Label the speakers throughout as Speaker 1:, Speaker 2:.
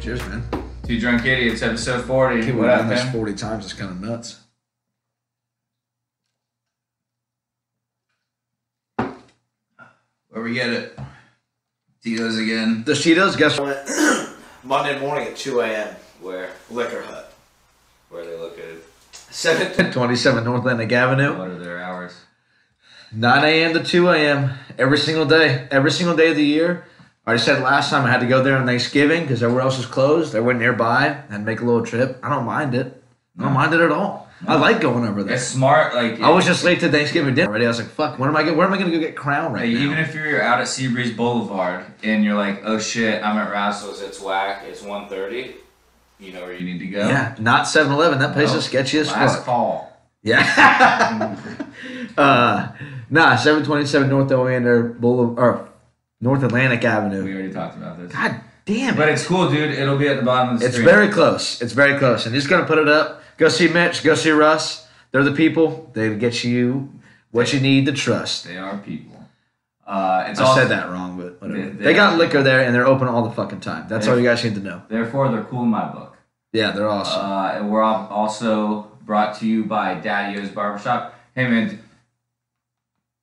Speaker 1: Cheers, man.
Speaker 2: Two Drunk Idiots, episode 40.
Speaker 1: People
Speaker 2: what
Speaker 1: have
Speaker 2: up,
Speaker 1: done this
Speaker 2: man?
Speaker 1: 40 times. It's kind of nuts.
Speaker 2: Where we get it. Tito's again.
Speaker 1: The Cheetos, guess what?
Speaker 3: Monday morning at 2 a.m. Where? Liquor Hut.
Speaker 2: Where they look at it.
Speaker 3: 7th.
Speaker 1: 27 North Atlantic Avenue,
Speaker 2: What are their hours?
Speaker 1: 9 a.m. to 2 a.m. every single day, every single day of the year. I already said last time I had to go there on Thanksgiving because everywhere else is closed. I went nearby and make a little trip. I don't mind it. I don't mind it at all. I like going over there.
Speaker 2: It's smart, like,
Speaker 1: I was just late to Thanksgiving dinner already. I was like, "Fuck, when am I? Get, where am I going to go get crown right
Speaker 2: like,
Speaker 1: now?"
Speaker 2: even if you're out at Seabreeze Boulevard and you're like, oh shit, I'm at Rassel's, it's whack, it's 1.30, you know where you need to go.
Speaker 1: yeah, not 7-Eleven. That place
Speaker 2: Nope.
Speaker 1: is sketchy as
Speaker 2: Last
Speaker 1: fuck.
Speaker 2: call.
Speaker 1: Yeah. uh, nah, seven twenty-seven North Oleander Boulevard, or North Atlantic
Speaker 2: We
Speaker 1: Avenue.
Speaker 2: already talked about this.
Speaker 1: God damn it!
Speaker 2: But it's cool, dude. It'll be at the bottom of the
Speaker 1: It's
Speaker 2: screen.
Speaker 1: very close. It's very close. And he's gonna put it up. Go see Mitch. Go see Russ. They're the people. They get you what you need to trust.
Speaker 2: They are people. Uh, it's
Speaker 1: I
Speaker 2: also,
Speaker 1: said that wrong, but whatever.
Speaker 2: They-
Speaker 1: They,
Speaker 2: they-
Speaker 1: got liquor there, and they're open all the fucking time. That's all you guys need to know.
Speaker 2: Therefore, they're cool in my book.
Speaker 1: Yeah, they're awesome.
Speaker 2: Uh, and we're al- also brought to you by Daddy O's Barbershop. Hey, man.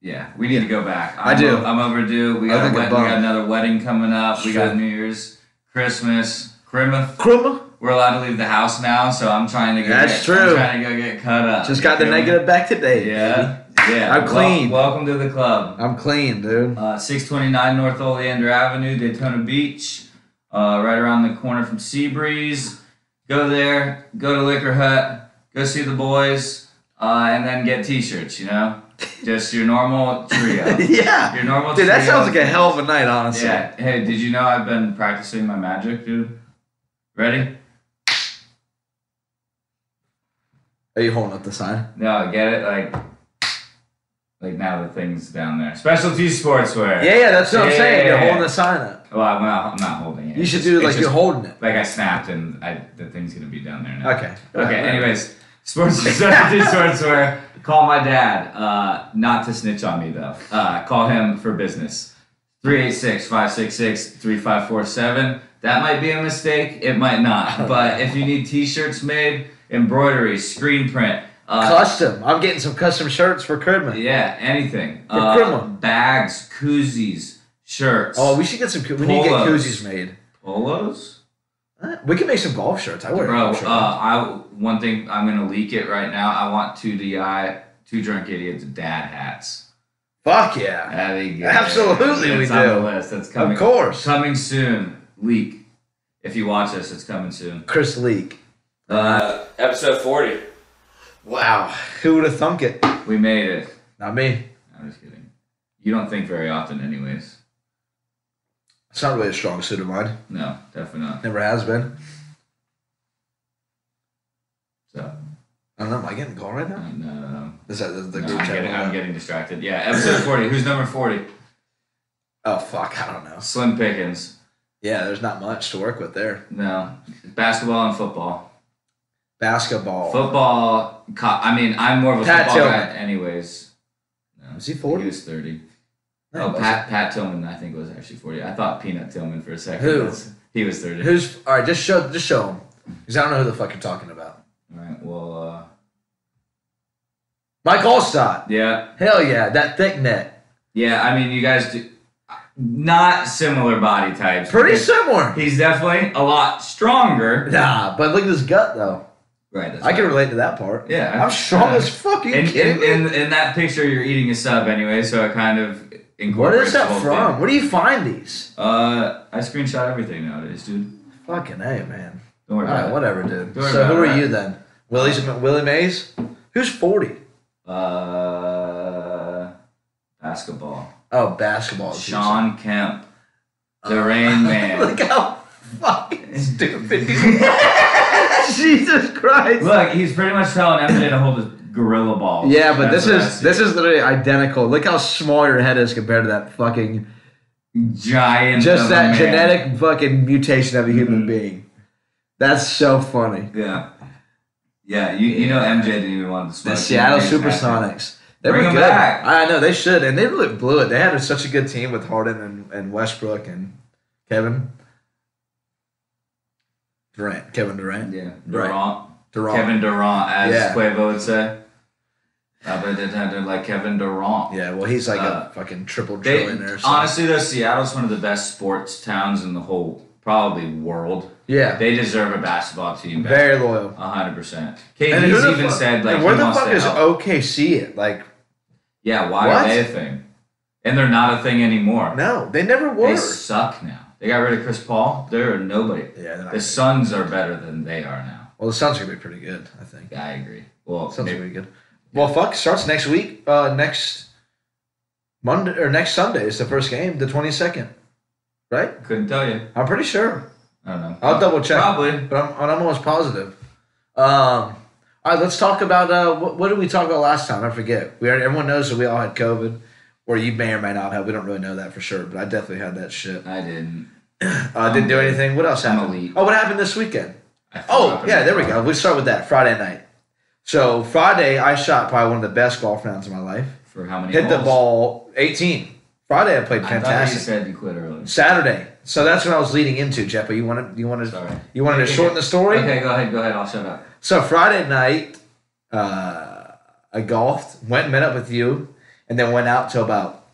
Speaker 2: Yeah, we need to go back. I'm
Speaker 1: I do.
Speaker 2: o- I'm overdue. We
Speaker 1: I
Speaker 2: got, a
Speaker 1: think I'm
Speaker 2: wed- we got
Speaker 1: bummed.
Speaker 2: another wedding coming up. We got
Speaker 1: Shit.
Speaker 2: New Year's, Christmas, Christmas.
Speaker 1: Krumma
Speaker 2: We're allowed to leave the house now, so I'm trying to go.
Speaker 1: That's
Speaker 2: get, I'm
Speaker 1: true.
Speaker 2: trying to go get cut up.
Speaker 1: just
Speaker 2: You
Speaker 1: got the
Speaker 2: feel me?
Speaker 1: negative back today.
Speaker 2: Yeah, yeah.
Speaker 1: I'm
Speaker 2: Wel-
Speaker 1: clean.
Speaker 2: welcome to the club.
Speaker 1: I'm clean, dude.
Speaker 2: Uh, 629 North Oleander Avenue, Daytona Beach, uh, right around the corner from Seabreeze. Go there, go to Liquor Hut, go see the boys, uh, and then get t shirts, you know? Just your normal trio.
Speaker 1: yeah,
Speaker 2: Your normal
Speaker 1: dude. That
Speaker 2: trio.
Speaker 1: sounds like a hell of a night, honestly.
Speaker 2: Yeah. Hey, did you know I've been practicing my magic, dude? Ready?
Speaker 1: Are you holding up the sign?
Speaker 2: No, get it? Like, like now the thing's down there. Specialty sportswear.
Speaker 1: Yeah, yeah. That's what I'm
Speaker 2: Yeah,
Speaker 1: saying.
Speaker 2: yeah,
Speaker 1: You're
Speaker 2: yeah.
Speaker 1: holding the sign up.
Speaker 2: Well, I'm not, I'm not holding it.
Speaker 1: You should
Speaker 2: It's-
Speaker 1: do it
Speaker 2: it's
Speaker 1: like
Speaker 2: just
Speaker 1: you're holding it.
Speaker 2: like I snapped and I the thing's gonna be down there now.
Speaker 1: Okay.
Speaker 2: Okay. Anyways, sports specialty sportswear. Call my dad. Uh, not to snitch on me though. Uh, call him for business. 386-566-3547. That might be a mistake. It might not. But if you need t-shirts made, embroidery, screen print, uh,
Speaker 1: Custom. I'm getting some custom shirts for Kurdman.
Speaker 2: yeah, anything.
Speaker 1: For
Speaker 2: Uh,
Speaker 1: criminal.
Speaker 2: bags, koozies, shirts.
Speaker 1: Oh, we should get some. We need to get
Speaker 2: Polos.
Speaker 1: koozies made.
Speaker 2: polos.
Speaker 1: Huh? We can make some golf shirts. I wear a
Speaker 2: Bro,
Speaker 1: golf
Speaker 2: uh,
Speaker 1: shirt.
Speaker 2: I one thing I'm gonna leak it right now. I want two DI, two drunk idiots, dad hats.
Speaker 1: Fuck yeah.
Speaker 2: That'd be good.
Speaker 1: Absolutely we
Speaker 2: it's on
Speaker 1: do.
Speaker 2: The list. That's coming.
Speaker 1: Of course.
Speaker 2: coming soon. Leak. If you watch this, it's coming soon.
Speaker 1: Chris Leak.
Speaker 2: Uh, episode forty.
Speaker 1: Wow. Who would have thunk it?
Speaker 2: We made it.
Speaker 1: Not me.
Speaker 2: I'm just kidding. You don't think very often, anyways.
Speaker 1: It's not really a strong suit of mine.
Speaker 2: No, definitely not.
Speaker 1: Never has been.
Speaker 2: So,
Speaker 1: I don't know. Am I getting called right now?
Speaker 2: no, no, no.
Speaker 1: Is that the, the
Speaker 2: No,
Speaker 1: group
Speaker 2: I'm,
Speaker 1: chat?
Speaker 2: getting, I'm getting distracted. Yeah, episode forty. Who's number forty?
Speaker 1: Oh fuck. I don't know.
Speaker 2: Slim Pickens.
Speaker 1: Yeah, there's not much to work with there.
Speaker 2: No, basketball and football.
Speaker 1: Basketball.
Speaker 2: Football. Co- I mean, I'm more of a
Speaker 1: Pat
Speaker 2: football guy,
Speaker 1: Tillman.
Speaker 2: anyways. No,
Speaker 1: Is he 40?
Speaker 2: He was 30.
Speaker 1: No, he
Speaker 2: oh,
Speaker 1: wasn't.
Speaker 2: Pat Pat Tillman, I think was actually 40. I thought Peanut Tillman for a second.
Speaker 1: Who?
Speaker 2: was- He was 30.
Speaker 1: Who's all right? Just show. Just show him. Because I don't know who the fuck you're talking about.
Speaker 2: All right. Well, uh,
Speaker 1: Mike Allstott.
Speaker 2: yeah,
Speaker 1: Hell yeah. That thick neck.
Speaker 2: yeah. I mean, you guys do not similar body types.
Speaker 1: Pretty
Speaker 2: because
Speaker 1: similar.
Speaker 2: He's definitely a lot stronger.
Speaker 1: Nah, but look at his gut though.
Speaker 2: Right. That's
Speaker 1: I can
Speaker 2: right.
Speaker 1: relate to that part.
Speaker 2: Yeah.
Speaker 1: I'm strong
Speaker 2: Yeah.
Speaker 1: as fuck. Are you
Speaker 2: In,
Speaker 1: kidding
Speaker 2: in,
Speaker 1: me?
Speaker 2: in, in that picture, you're eating a sub anyway, so it kind of
Speaker 1: Where
Speaker 2: incorporates.
Speaker 1: is
Speaker 2: the
Speaker 1: that
Speaker 2: whole
Speaker 1: from?
Speaker 2: thing.
Speaker 1: Where do you find these?
Speaker 2: Uh, I screenshot everything nowadays, dude.
Speaker 1: Fucking A, man.
Speaker 2: Don't worry
Speaker 1: All
Speaker 2: about
Speaker 1: right,
Speaker 2: it.
Speaker 1: whatever, dude.
Speaker 2: Don't worry
Speaker 1: So
Speaker 2: about
Speaker 1: who
Speaker 2: it,
Speaker 1: are
Speaker 2: right?
Speaker 1: you then? Willie's Willie Mays? Who's 40?
Speaker 2: Uh, basketball.
Speaker 1: Oh, basketball. is
Speaker 2: Sean Kemp, the Rain
Speaker 1: who's-
Speaker 2: Man.
Speaker 1: Look how fucking stupid. he is. Jesus Christ.
Speaker 2: Look, he's pretty much telling Eminem to hold his gorilla balls.
Speaker 1: yeah, but this
Speaker 2: That's what I
Speaker 1: is
Speaker 2: see.
Speaker 1: this is literally identical. Look how small your head is compared to that fucking
Speaker 2: giant.
Speaker 1: just
Speaker 2: of a
Speaker 1: that
Speaker 2: man. Mm-hmm.
Speaker 1: genetic fucking mutation of a human being. That's so funny.
Speaker 2: Yeah, yeah. You, you know MJ didn't even want to
Speaker 1: The
Speaker 2: smoke.
Speaker 1: Seattle
Speaker 2: He was happy.
Speaker 1: Supersonics. They
Speaker 2: Bring
Speaker 1: were
Speaker 2: 'em
Speaker 1: good.
Speaker 2: back.
Speaker 1: I know they should, and they really blew it. They had such a good team with Harden and, and Westbrook and Kevin. Durant, Kevin Durant,
Speaker 2: Yeah.
Speaker 1: Right.
Speaker 2: Durant.
Speaker 1: Durant.
Speaker 2: Kevin Durant, as
Speaker 1: Yeah.
Speaker 2: Quavo would say. Uh, but it had to like Kevin Durant.
Speaker 1: Yeah, well, he's like
Speaker 2: Uh,
Speaker 1: a fucking triple
Speaker 2: They,
Speaker 1: trillionaire. So.
Speaker 2: honestly, though, Seattle's one of the best sports towns in the whole probably world.
Speaker 1: yeah,
Speaker 2: They deserve a basketball team. back.
Speaker 1: very loyal.
Speaker 2: A hundred percent.
Speaker 1: And who
Speaker 2: KD's
Speaker 1: the
Speaker 2: even
Speaker 1: fuck-
Speaker 2: said like
Speaker 1: and where
Speaker 2: he
Speaker 1: the
Speaker 2: wants
Speaker 1: fuck
Speaker 2: to
Speaker 1: is
Speaker 2: help.
Speaker 1: OKC at? Like,
Speaker 2: yeah, why
Speaker 1: What?
Speaker 2: are they a thing? And they're not a thing anymore.
Speaker 1: no, they never were.
Speaker 2: They suck now. They got rid of Chris Paul. They're nobody.
Speaker 1: yeah, they're not-
Speaker 2: The Suns are better than they are now.
Speaker 1: well, the Suns are gonna be pretty good. I think
Speaker 2: I agree. Well,
Speaker 1: Suns are
Speaker 2: maybe-
Speaker 1: gonna be good. Well, fuck, starts next week. Uh, next Monday or next Sunday is the first game, the twenty second. Right?
Speaker 2: couldn't tell you.
Speaker 1: I'm pretty sure,
Speaker 2: I don't know.
Speaker 1: I'll double check.
Speaker 2: Probably.
Speaker 1: but I'm, I'm almost positive. Um, all right, let's talk about uh, what, what did we talk about last time? I forget. We already, everyone knows that we all had COVID, or you may or may not have. We don't really know that for sure, but I definitely had that shit.
Speaker 2: I didn't.
Speaker 1: Uh, didn't do anything. What else
Speaker 2: I'm
Speaker 1: happened?
Speaker 2: elite.
Speaker 1: Oh, what happened this weekend?
Speaker 2: I
Speaker 1: Oh,
Speaker 2: forgot
Speaker 1: yeah,
Speaker 2: about
Speaker 1: there we
Speaker 2: that.
Speaker 1: go. We start with that Friday night. So Friday, I shot probably one of the best golf rounds of my life.
Speaker 2: For how many?
Speaker 1: Hit the
Speaker 2: holes?
Speaker 1: ball 18. Friday, I played
Speaker 2: I thought you
Speaker 1: fantastic.
Speaker 2: said you quit early.
Speaker 1: Saturday, so that's what I was leading into, Jeff. But you wanted you wanted
Speaker 2: Sorry.
Speaker 1: you wanted to shorten the story.
Speaker 2: Okay, go ahead. Go ahead. I'll shut up.
Speaker 1: So Friday night, uh, I golfed, went and met up with you, and then went out till about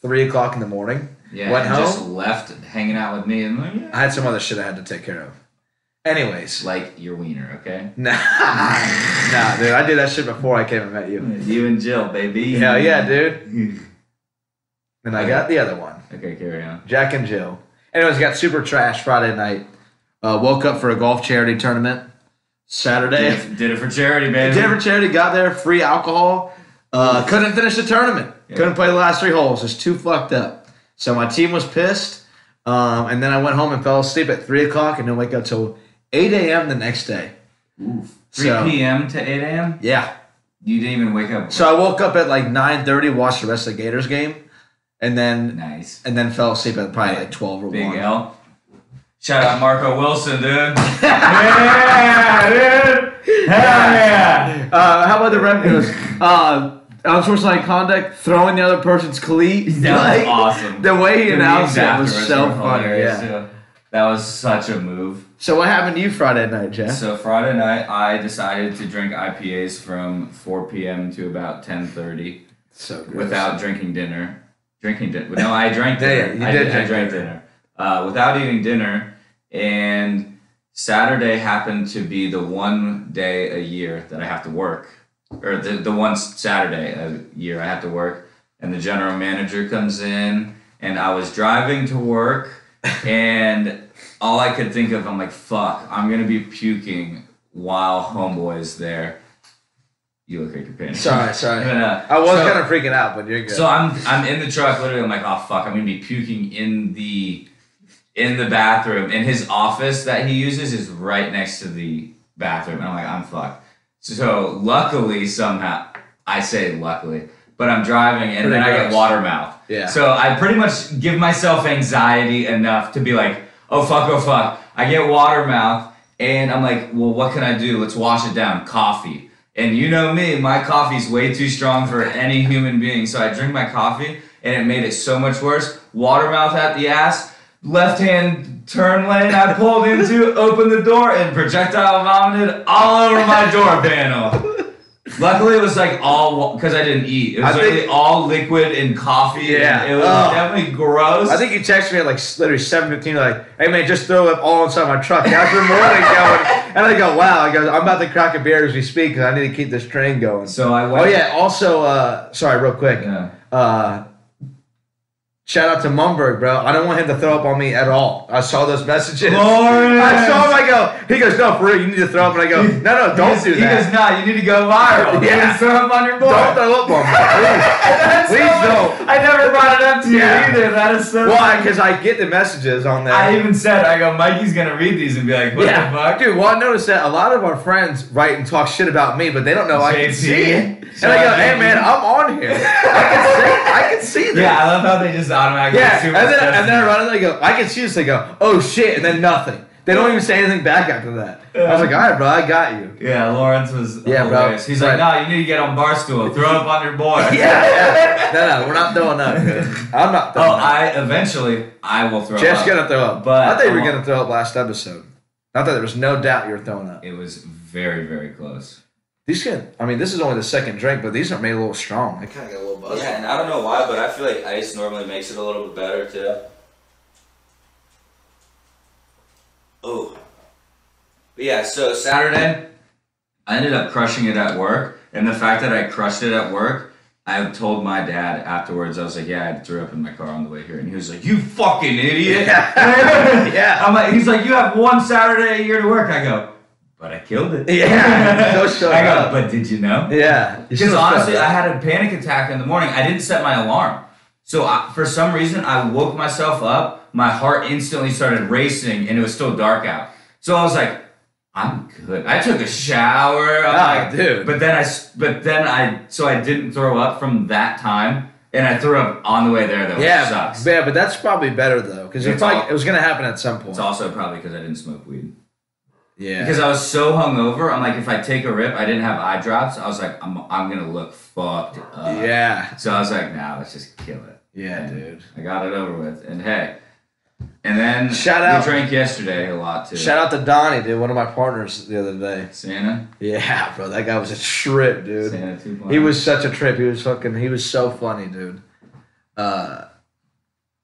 Speaker 1: three o'clock in the morning.
Speaker 2: Yeah.
Speaker 1: went
Speaker 2: and
Speaker 1: home.
Speaker 2: Just left hanging out with me and like, yeah.
Speaker 1: I had some other shit I had to take care of. Anyways,
Speaker 2: like your wiener, okay?
Speaker 1: nah, nah, dude, I did that shit before I came and met you.
Speaker 2: You and Jill, baby.
Speaker 1: Hell yeah, dude.
Speaker 2: dude.
Speaker 1: And I got the other one,
Speaker 2: okay, carry on.
Speaker 1: Jack and Jill. Anyways, got super trash Friday night. Uh, woke up for a golf charity tournament Saturday.
Speaker 2: Did it, did it for charity, baby.
Speaker 1: Did it for charity, got there, free alcohol. Uh, couldn't finish the tournament. Couldn't play the last three holes. It's too fucked up. So my team was pissed. Um, and then I went home and fell asleep at 3 o'clock and didn't wake up till 8 a.m. the next day.
Speaker 2: Oof. 3
Speaker 1: So-
Speaker 2: p.m. to 8 a.m.
Speaker 1: Yeah.
Speaker 2: You didn't even wake up.
Speaker 1: So I woke up at like 9.30, watched the rest of the Gators game, and then
Speaker 2: nice.
Speaker 1: and then fell asleep at probably like 12 or
Speaker 2: Big
Speaker 1: 1.
Speaker 2: L. Shout out Marco Wilson, dude. yeah, dude. Hell yeah.
Speaker 1: Uh, how about the ref goes, uh, unsportsmanlike conduct, throwing the other person's cleat.
Speaker 2: That was
Speaker 1: Like,
Speaker 2: awesome.
Speaker 1: The way he
Speaker 2: The
Speaker 1: announced
Speaker 2: memes
Speaker 1: that was
Speaker 2: afterwards
Speaker 1: so
Speaker 2: were
Speaker 1: funny.
Speaker 2: hilarious,
Speaker 1: Yeah.
Speaker 2: too. That was such a move.
Speaker 1: So what happened to you Friday night, Jeff?
Speaker 2: So Friday night, I decided to drink IPAs from 4 p.m. to about 10:30
Speaker 1: So gross.
Speaker 2: without drinking dinner. Drinking dinner? No, I drank dinner.
Speaker 1: Yeah, you
Speaker 2: I
Speaker 1: did
Speaker 2: I
Speaker 1: drink
Speaker 2: drank
Speaker 1: dinner.
Speaker 2: dinner. Uh, without eating dinner, and Saturday happened to be the one day a year that I have to work, or the the one Saturday a year I have to work. And the general manager comes in, and I was driving to work, and all I could think of, I'm like, fuck, I'm gonna be puking while homeboy's there. You look like you're panicking.
Speaker 1: Sorry, sorry.
Speaker 2: But, uh,
Speaker 1: I was
Speaker 2: so-
Speaker 1: kind of freaking out, but you're good.
Speaker 2: so I'm I'm in the truck, literally. I'm like, oh fuck, I'm gonna be puking in the in the bathroom. And his office that he uses is right next to the bathroom. And I'm like, I'm fucked. So luckily, somehow, I say luckily, but I'm driving and
Speaker 1: Pretty
Speaker 2: then I get
Speaker 1: gross.
Speaker 2: water mouth.
Speaker 1: Yeah.
Speaker 2: So I pretty much give myself anxiety enough to be like, oh fuck, oh fuck. I get water mouth and I'm like, well, what can I do? Let's wash it down. Coffee. And you know me, my coffee's way too strong for any human being. So I drink my coffee and it made it so much worse. Water mouth at the ass, left hand turn lane I pulled into, opened the door, and projectile vomited all over my door panel. Luckily, it was like all because I didn't eat. It was
Speaker 1: I think-
Speaker 2: literally all liquid and coffee.
Speaker 1: Yeah.
Speaker 2: and it was
Speaker 1: Ugh.
Speaker 2: definitely gross.
Speaker 1: I think you texted me at like s- literally seven fifteen, like, "Hey man, just throw up all inside my truck." After morning going, and I go, "Wow!" I go, "I'm about to crack a beer as we speak because I need to keep this train going."
Speaker 2: so. I
Speaker 1: Oh
Speaker 2: went,
Speaker 1: yeah. Also, uh, sorry, real quick.
Speaker 2: Yeah.
Speaker 1: Uh, shout out to Mumberg, bro. I don't want him to throw up on me at all. I saw those messages.
Speaker 2: Lawrence!
Speaker 1: I saw him. I go. He goes, "No, for real, you need to throw up." And I go, "No, no, don't do
Speaker 2: he
Speaker 1: that.
Speaker 2: does not. You need to go viral.
Speaker 1: Yeah.
Speaker 2: You need to throw up on your board.
Speaker 1: don't throw up on me, please."
Speaker 2: That's so
Speaker 1: Please
Speaker 2: funny.
Speaker 1: don't.
Speaker 2: I never brought it up to
Speaker 1: Yeah.
Speaker 2: you either. That is so.
Speaker 1: Why?
Speaker 2: funny.
Speaker 1: Because I get the messages on that.
Speaker 2: I even said, I go, Mikey's gonna read these and be like, what the fuck?
Speaker 1: dude. Well, I noticed that a lot of our friends write and talk shit about me, but they don't know I can
Speaker 2: JT.
Speaker 1: see it. And
Speaker 2: Shout
Speaker 1: I go,
Speaker 2: out
Speaker 1: "Hey,
Speaker 2: JT.
Speaker 1: man, I'm on here. I can see. I can see this."
Speaker 2: Yeah, I love how they just automatically.
Speaker 1: Yeah,
Speaker 2: assume
Speaker 1: and then
Speaker 2: it's just
Speaker 1: and then I
Speaker 2: me.
Speaker 1: run and they go, "I can see this." They go, "Oh shit!" And then nothing. They don't even say anything back after that. I was like, "All right, bro, I got you."
Speaker 2: Yeah, Lawrence was.
Speaker 1: Yeah, bro.
Speaker 2: hilarious. He's like, no, you need to get on barstool. Throw up on your
Speaker 1: Yeah,
Speaker 2: board.
Speaker 1: yeah. no, no, we're not throwing up. dude. I'm not
Speaker 2: Oh,
Speaker 1: throwing up.
Speaker 2: I eventually I will throw
Speaker 1: Jeff's
Speaker 2: up.
Speaker 1: gonna throw up.
Speaker 2: But
Speaker 1: I think we
Speaker 2: I'm
Speaker 1: were
Speaker 2: on-
Speaker 1: gonna throw up last episode. Not that there was no doubt you were throwing up.
Speaker 2: It was very, very close.
Speaker 1: These can, I mean, this is only the second drink, but these are made a little strong. Like,
Speaker 3: kind of get a little buzz.
Speaker 4: Yeah, and I don't know why, but I feel like ice normally makes it a little bit better too. Oh. But yeah, so Saturday.
Speaker 2: Saturday, I ended up crushing it at work. And the fact that I crushed it at work, I told my dad afterwards, I was like, Yeah, I threw up in my car on the way here. And he was like, You fucking idiot.
Speaker 1: Yeah.
Speaker 2: I'm like, He's like, You have one Saturday a year to work. I go, But I killed it.
Speaker 1: Yeah, so shut
Speaker 2: I
Speaker 1: up.
Speaker 2: go, But did you know?
Speaker 1: yeah. you
Speaker 2: Because
Speaker 1: still
Speaker 2: honestly,
Speaker 1: felt
Speaker 2: I
Speaker 1: it.
Speaker 2: had a panic attack in the morning. I didn't set my alarm. So I, for some reason, I woke myself up. My heart instantly started racing, and it was still dark out. So I was like, "I'm good." I took a shower. I'm
Speaker 1: Ah,
Speaker 2: like,
Speaker 1: dude.
Speaker 2: But then I, s- but then I, so I didn't throw up from that time, and I threw up on the way there. Though,
Speaker 1: yeah,
Speaker 2: which sucks.
Speaker 1: yeah, but that's probably better though, because
Speaker 2: It's
Speaker 1: it's like
Speaker 2: all-
Speaker 1: it was gonna happen at some point.
Speaker 2: it's also probably because I didn't smoke weed.
Speaker 1: yeah,
Speaker 2: Because I was so hungover, I'm like, if I take a rip, I didn't have eye drops. I was like, I'm, I'm gonna look fucked up.
Speaker 1: yeah,
Speaker 2: So I was like, nah, let's just kill it.
Speaker 1: yeah,
Speaker 2: Yeah.
Speaker 1: dude.
Speaker 2: I got it over with. And hey, and then
Speaker 1: Shout
Speaker 2: we
Speaker 1: out-
Speaker 2: drank yesterday a lot too.
Speaker 1: Shout out to Donnie, dude, one of my partners the other day.
Speaker 2: Santa,
Speaker 1: Yeah, bro, that guy was a trip, dude.
Speaker 2: Santa 2.0.
Speaker 1: He was such a trip. He was fucking. He was so funny, dude. Uh,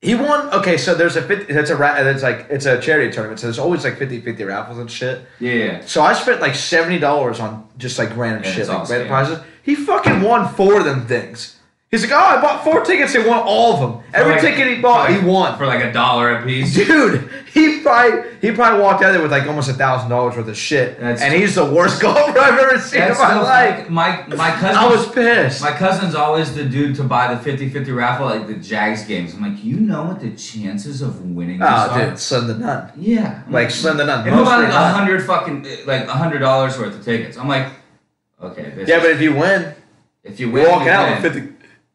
Speaker 1: he won. Okay, so there's a 50. That's a. ra- That's like it's a charity tournament. So there's always like 50-50 raffles and shit.
Speaker 2: yeah, yeah.
Speaker 1: So I spent like seventy dollars on just like random
Speaker 2: Yeah,
Speaker 1: shit,
Speaker 2: it's all
Speaker 1: like random
Speaker 2: scams.
Speaker 1: prizes. He fucking won four of them things. He's like, oh, I bought four tickets and won all of them. Every
Speaker 2: like-
Speaker 1: ticket he bought,
Speaker 2: for like-
Speaker 1: he won.
Speaker 2: for like a dollar a piece.
Speaker 1: Dude, he probably he probably walked out there with like almost a thousand dollars worth of shit,
Speaker 2: That's-
Speaker 1: and he's the worst golfer I've ever seen in
Speaker 2: That's
Speaker 1: my
Speaker 2: still
Speaker 1: life.
Speaker 2: like my my cousin.
Speaker 1: I was pissed.
Speaker 2: my cousin's always the dude to buy the 50-50 raffle at like the Jags games. I'm like, you know what the chances of winning this
Speaker 1: oh,
Speaker 2: are?
Speaker 1: dude, son to none.
Speaker 2: Yeah. I'm
Speaker 1: Like slim to none.
Speaker 2: if you
Speaker 1: Most
Speaker 2: buy
Speaker 1: are
Speaker 2: like a
Speaker 1: not.
Speaker 2: hundred fucking eh, like a hundred dollars worth of tickets, I'm like, okay, this
Speaker 1: Yeah,
Speaker 2: is-
Speaker 1: but if you win,
Speaker 2: if you win,
Speaker 1: you're walking
Speaker 2: you
Speaker 1: out
Speaker 2: win.
Speaker 1: with 50,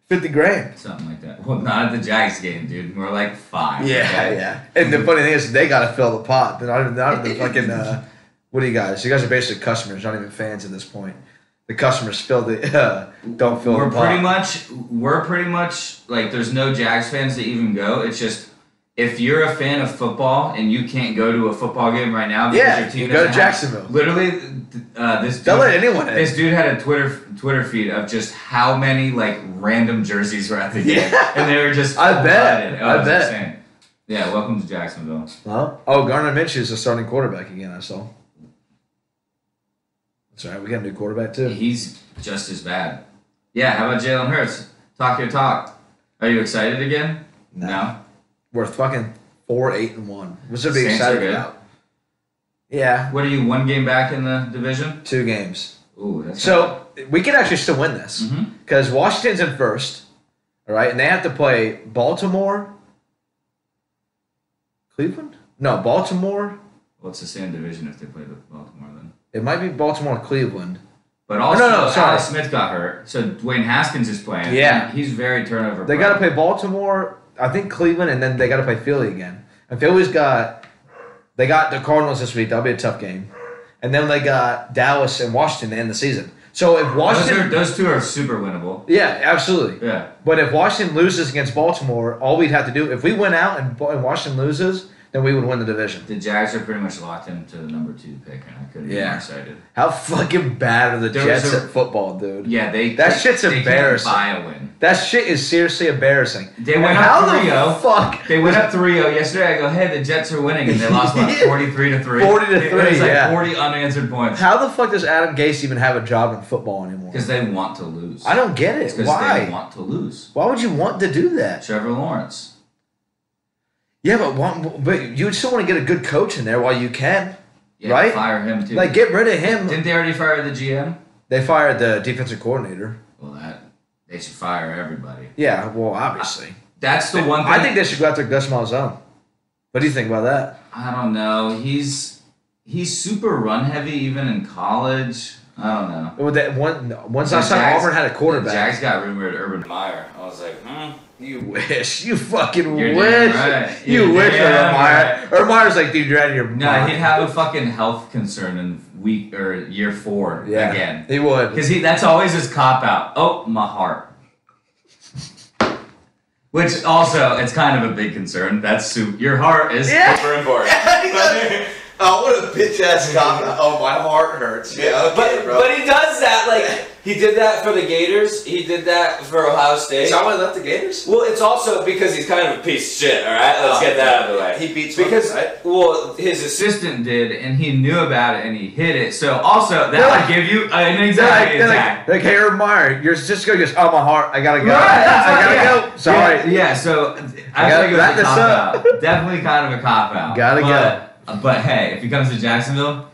Speaker 1: 50 grand.
Speaker 2: Something like that. Well, not at the Jags game, dude. We're like five.
Speaker 1: Yeah,
Speaker 2: okay?
Speaker 1: yeah. And the funny thing is, they gotta fill the pot. They're not, they're not the fucking. Uh, what do you guys? You guys are basically customers, not even fans at this point. The customers fill the uh, don't fill
Speaker 2: We're
Speaker 1: the pot.
Speaker 2: pretty much, we're pretty much like there's no Jags fans that even go. It's just if you're a fan of football and you can't go to a football game right now because
Speaker 1: Yeah,
Speaker 2: your team
Speaker 1: you go to
Speaker 2: doesn't have-
Speaker 1: Jacksonville.
Speaker 2: literally, th- uh, this
Speaker 1: They'll
Speaker 2: dude-
Speaker 1: let anyone in.
Speaker 2: This dude had a Twitter Twitter feed of just how many like random jerseys were at the game,
Speaker 1: Yeah.
Speaker 2: and they were just
Speaker 1: I bet.
Speaker 2: flooded.
Speaker 1: I
Speaker 2: it was
Speaker 1: bet.
Speaker 2: insane. Yeah, welcome to Jacksonville.
Speaker 1: Huh? Oh, Garner Minshew is the starting quarterback again. I saw. That's right. We got a new quarterback too.
Speaker 2: He's just as bad. Yeah, how about Jalen Hurts? Talk your talk. Are you excited again?
Speaker 1: No.
Speaker 2: no?
Speaker 1: We're fucking four, eight, and one. What's to be
Speaker 2: Saints are
Speaker 1: excited
Speaker 2: good.
Speaker 1: about? Yeah,
Speaker 2: What are you, one game back in the division?
Speaker 1: two games.
Speaker 2: Ooh, that's
Speaker 1: So we could actually still win this
Speaker 2: Mm-hmm.
Speaker 1: because Washington's in first, all right, and they have to play Baltimore, Cleveland. No, Baltimore.
Speaker 2: well, it's the same division if they play with Baltimore then.
Speaker 1: It might be Baltimore, and Cleveland.
Speaker 2: But also,
Speaker 1: no,
Speaker 2: Alex
Speaker 1: sorry.
Speaker 2: Smith got hurt, so Dwayne Haskins is playing.
Speaker 1: Yeah.
Speaker 2: he's very turnover.
Speaker 1: They got to
Speaker 2: prone.
Speaker 1: play Baltimore, I think Cleveland, and then they got to play Philly again. And Philly's got they got the Cardinals this week. That'll be a tough game, and then they got Dallas and Washington to end the season. So if
Speaker 2: Those, are,
Speaker 1: Washington,
Speaker 2: those two are super winnable.
Speaker 1: yeah, absolutely.
Speaker 2: Yeah,
Speaker 1: But if Washington loses against Baltimore, all we'd have to do if we went out and, and Washington loses, then we would win the division.
Speaker 2: the Jags are pretty much locked into the number two pick, and I couldn't be
Speaker 1: Yeah.
Speaker 2: more excited.
Speaker 1: How fucking bad are the
Speaker 2: There was
Speaker 1: Jets
Speaker 2: a-
Speaker 1: at football, dude?
Speaker 2: Yeah, they
Speaker 1: That
Speaker 2: they-
Speaker 1: shit's
Speaker 2: they can't
Speaker 1: embarrassing.
Speaker 2: Buy a win.
Speaker 1: That shit is seriously embarrassing.
Speaker 2: They
Speaker 1: And
Speaker 2: went up
Speaker 1: how
Speaker 2: 3-0.
Speaker 1: the fuck?
Speaker 2: They went up 3-0 yesterday. I go, hey, the Jets are winning, and they lost like
Speaker 1: Yeah.
Speaker 2: 43 to three.
Speaker 1: 40 to
Speaker 2: It was
Speaker 1: three,
Speaker 2: like
Speaker 1: yeah.
Speaker 2: 40 unanswered points
Speaker 1: How the fuck does Adam Gase even have a job in football anymore?
Speaker 2: because they want to lose.
Speaker 1: I don't get it.
Speaker 2: Because they
Speaker 1: Why?
Speaker 2: want to lose.
Speaker 1: Why would you want to do that?
Speaker 2: Trevor Lawrence.
Speaker 1: Yeah, but want, but you would still want to get a good coach in there while you can.
Speaker 2: Yeah,
Speaker 1: Right?
Speaker 2: Fire him too.
Speaker 1: Like get rid of him.
Speaker 2: Didn't they already fire the GM?
Speaker 1: They fired the defensive coordinator.
Speaker 2: Well, that they should fire everybody.
Speaker 1: Yeah, well, obviously.
Speaker 2: That's the one thing.
Speaker 1: I think they should go after Gus Malzahn. What do you think about that?
Speaker 2: I don't know. He's he's super run heavy even in college. I don't know.
Speaker 1: Well, that one once I
Speaker 2: The
Speaker 1: saw
Speaker 2: Jags-
Speaker 1: Auburn had a
Speaker 2: The
Speaker 1: quarterback.
Speaker 2: Jags got rumored Urban Meyer. I was like, hmm.
Speaker 1: You wish. You fucking
Speaker 2: You're
Speaker 1: wish.
Speaker 2: damn right.
Speaker 1: You
Speaker 2: You're
Speaker 1: wish
Speaker 2: damn
Speaker 1: Urban Meyer. Urban Meyer's like, dude, you're out of your
Speaker 2: No,
Speaker 1: mind.
Speaker 2: he'd have a fucking health concern in week or year four
Speaker 1: yeah,
Speaker 2: again.
Speaker 1: He would.
Speaker 2: Because he that's always his cop out. Oh, my heart. Which also, it's kind of a big concern. That's su- your heart is
Speaker 1: Yeah.
Speaker 4: Super important.
Speaker 1: Yeah, he does.
Speaker 3: Oh, what a bitch ass comment. Oh, my heart hurts. Yeah, okay,
Speaker 4: But
Speaker 3: bro.
Speaker 4: but he does that like he did that for the Gators. He did that for Ohio State.
Speaker 3: Is that why he left the Gators?
Speaker 4: Well, it's also because he's kind of a piece of shit. All right, let's get that out of the way.
Speaker 3: Ah, He beats
Speaker 4: because
Speaker 3: because right?
Speaker 4: well his assist.
Speaker 2: assistant did, and he knew about it, and he hid it. So also
Speaker 1: They're
Speaker 2: that
Speaker 1: like-
Speaker 2: would give you an
Speaker 1: They're like,
Speaker 2: anxiety
Speaker 1: they're
Speaker 2: attack.
Speaker 1: like, like, hey, Urban Meyer, you're just going just, oh, my heart, I gotta go.
Speaker 2: Right, that's
Speaker 1: I
Speaker 2: what-
Speaker 1: gotta
Speaker 2: yeah.
Speaker 1: go. Sorry.
Speaker 2: Yeah, yeah, so I
Speaker 1: gotta
Speaker 2: think it
Speaker 1: wrap
Speaker 2: was a
Speaker 1: this
Speaker 2: cop
Speaker 1: up.
Speaker 2: out. Definitely kind of a cop out.
Speaker 1: Gotta
Speaker 2: but, But hey, if he comes to Jacksonville,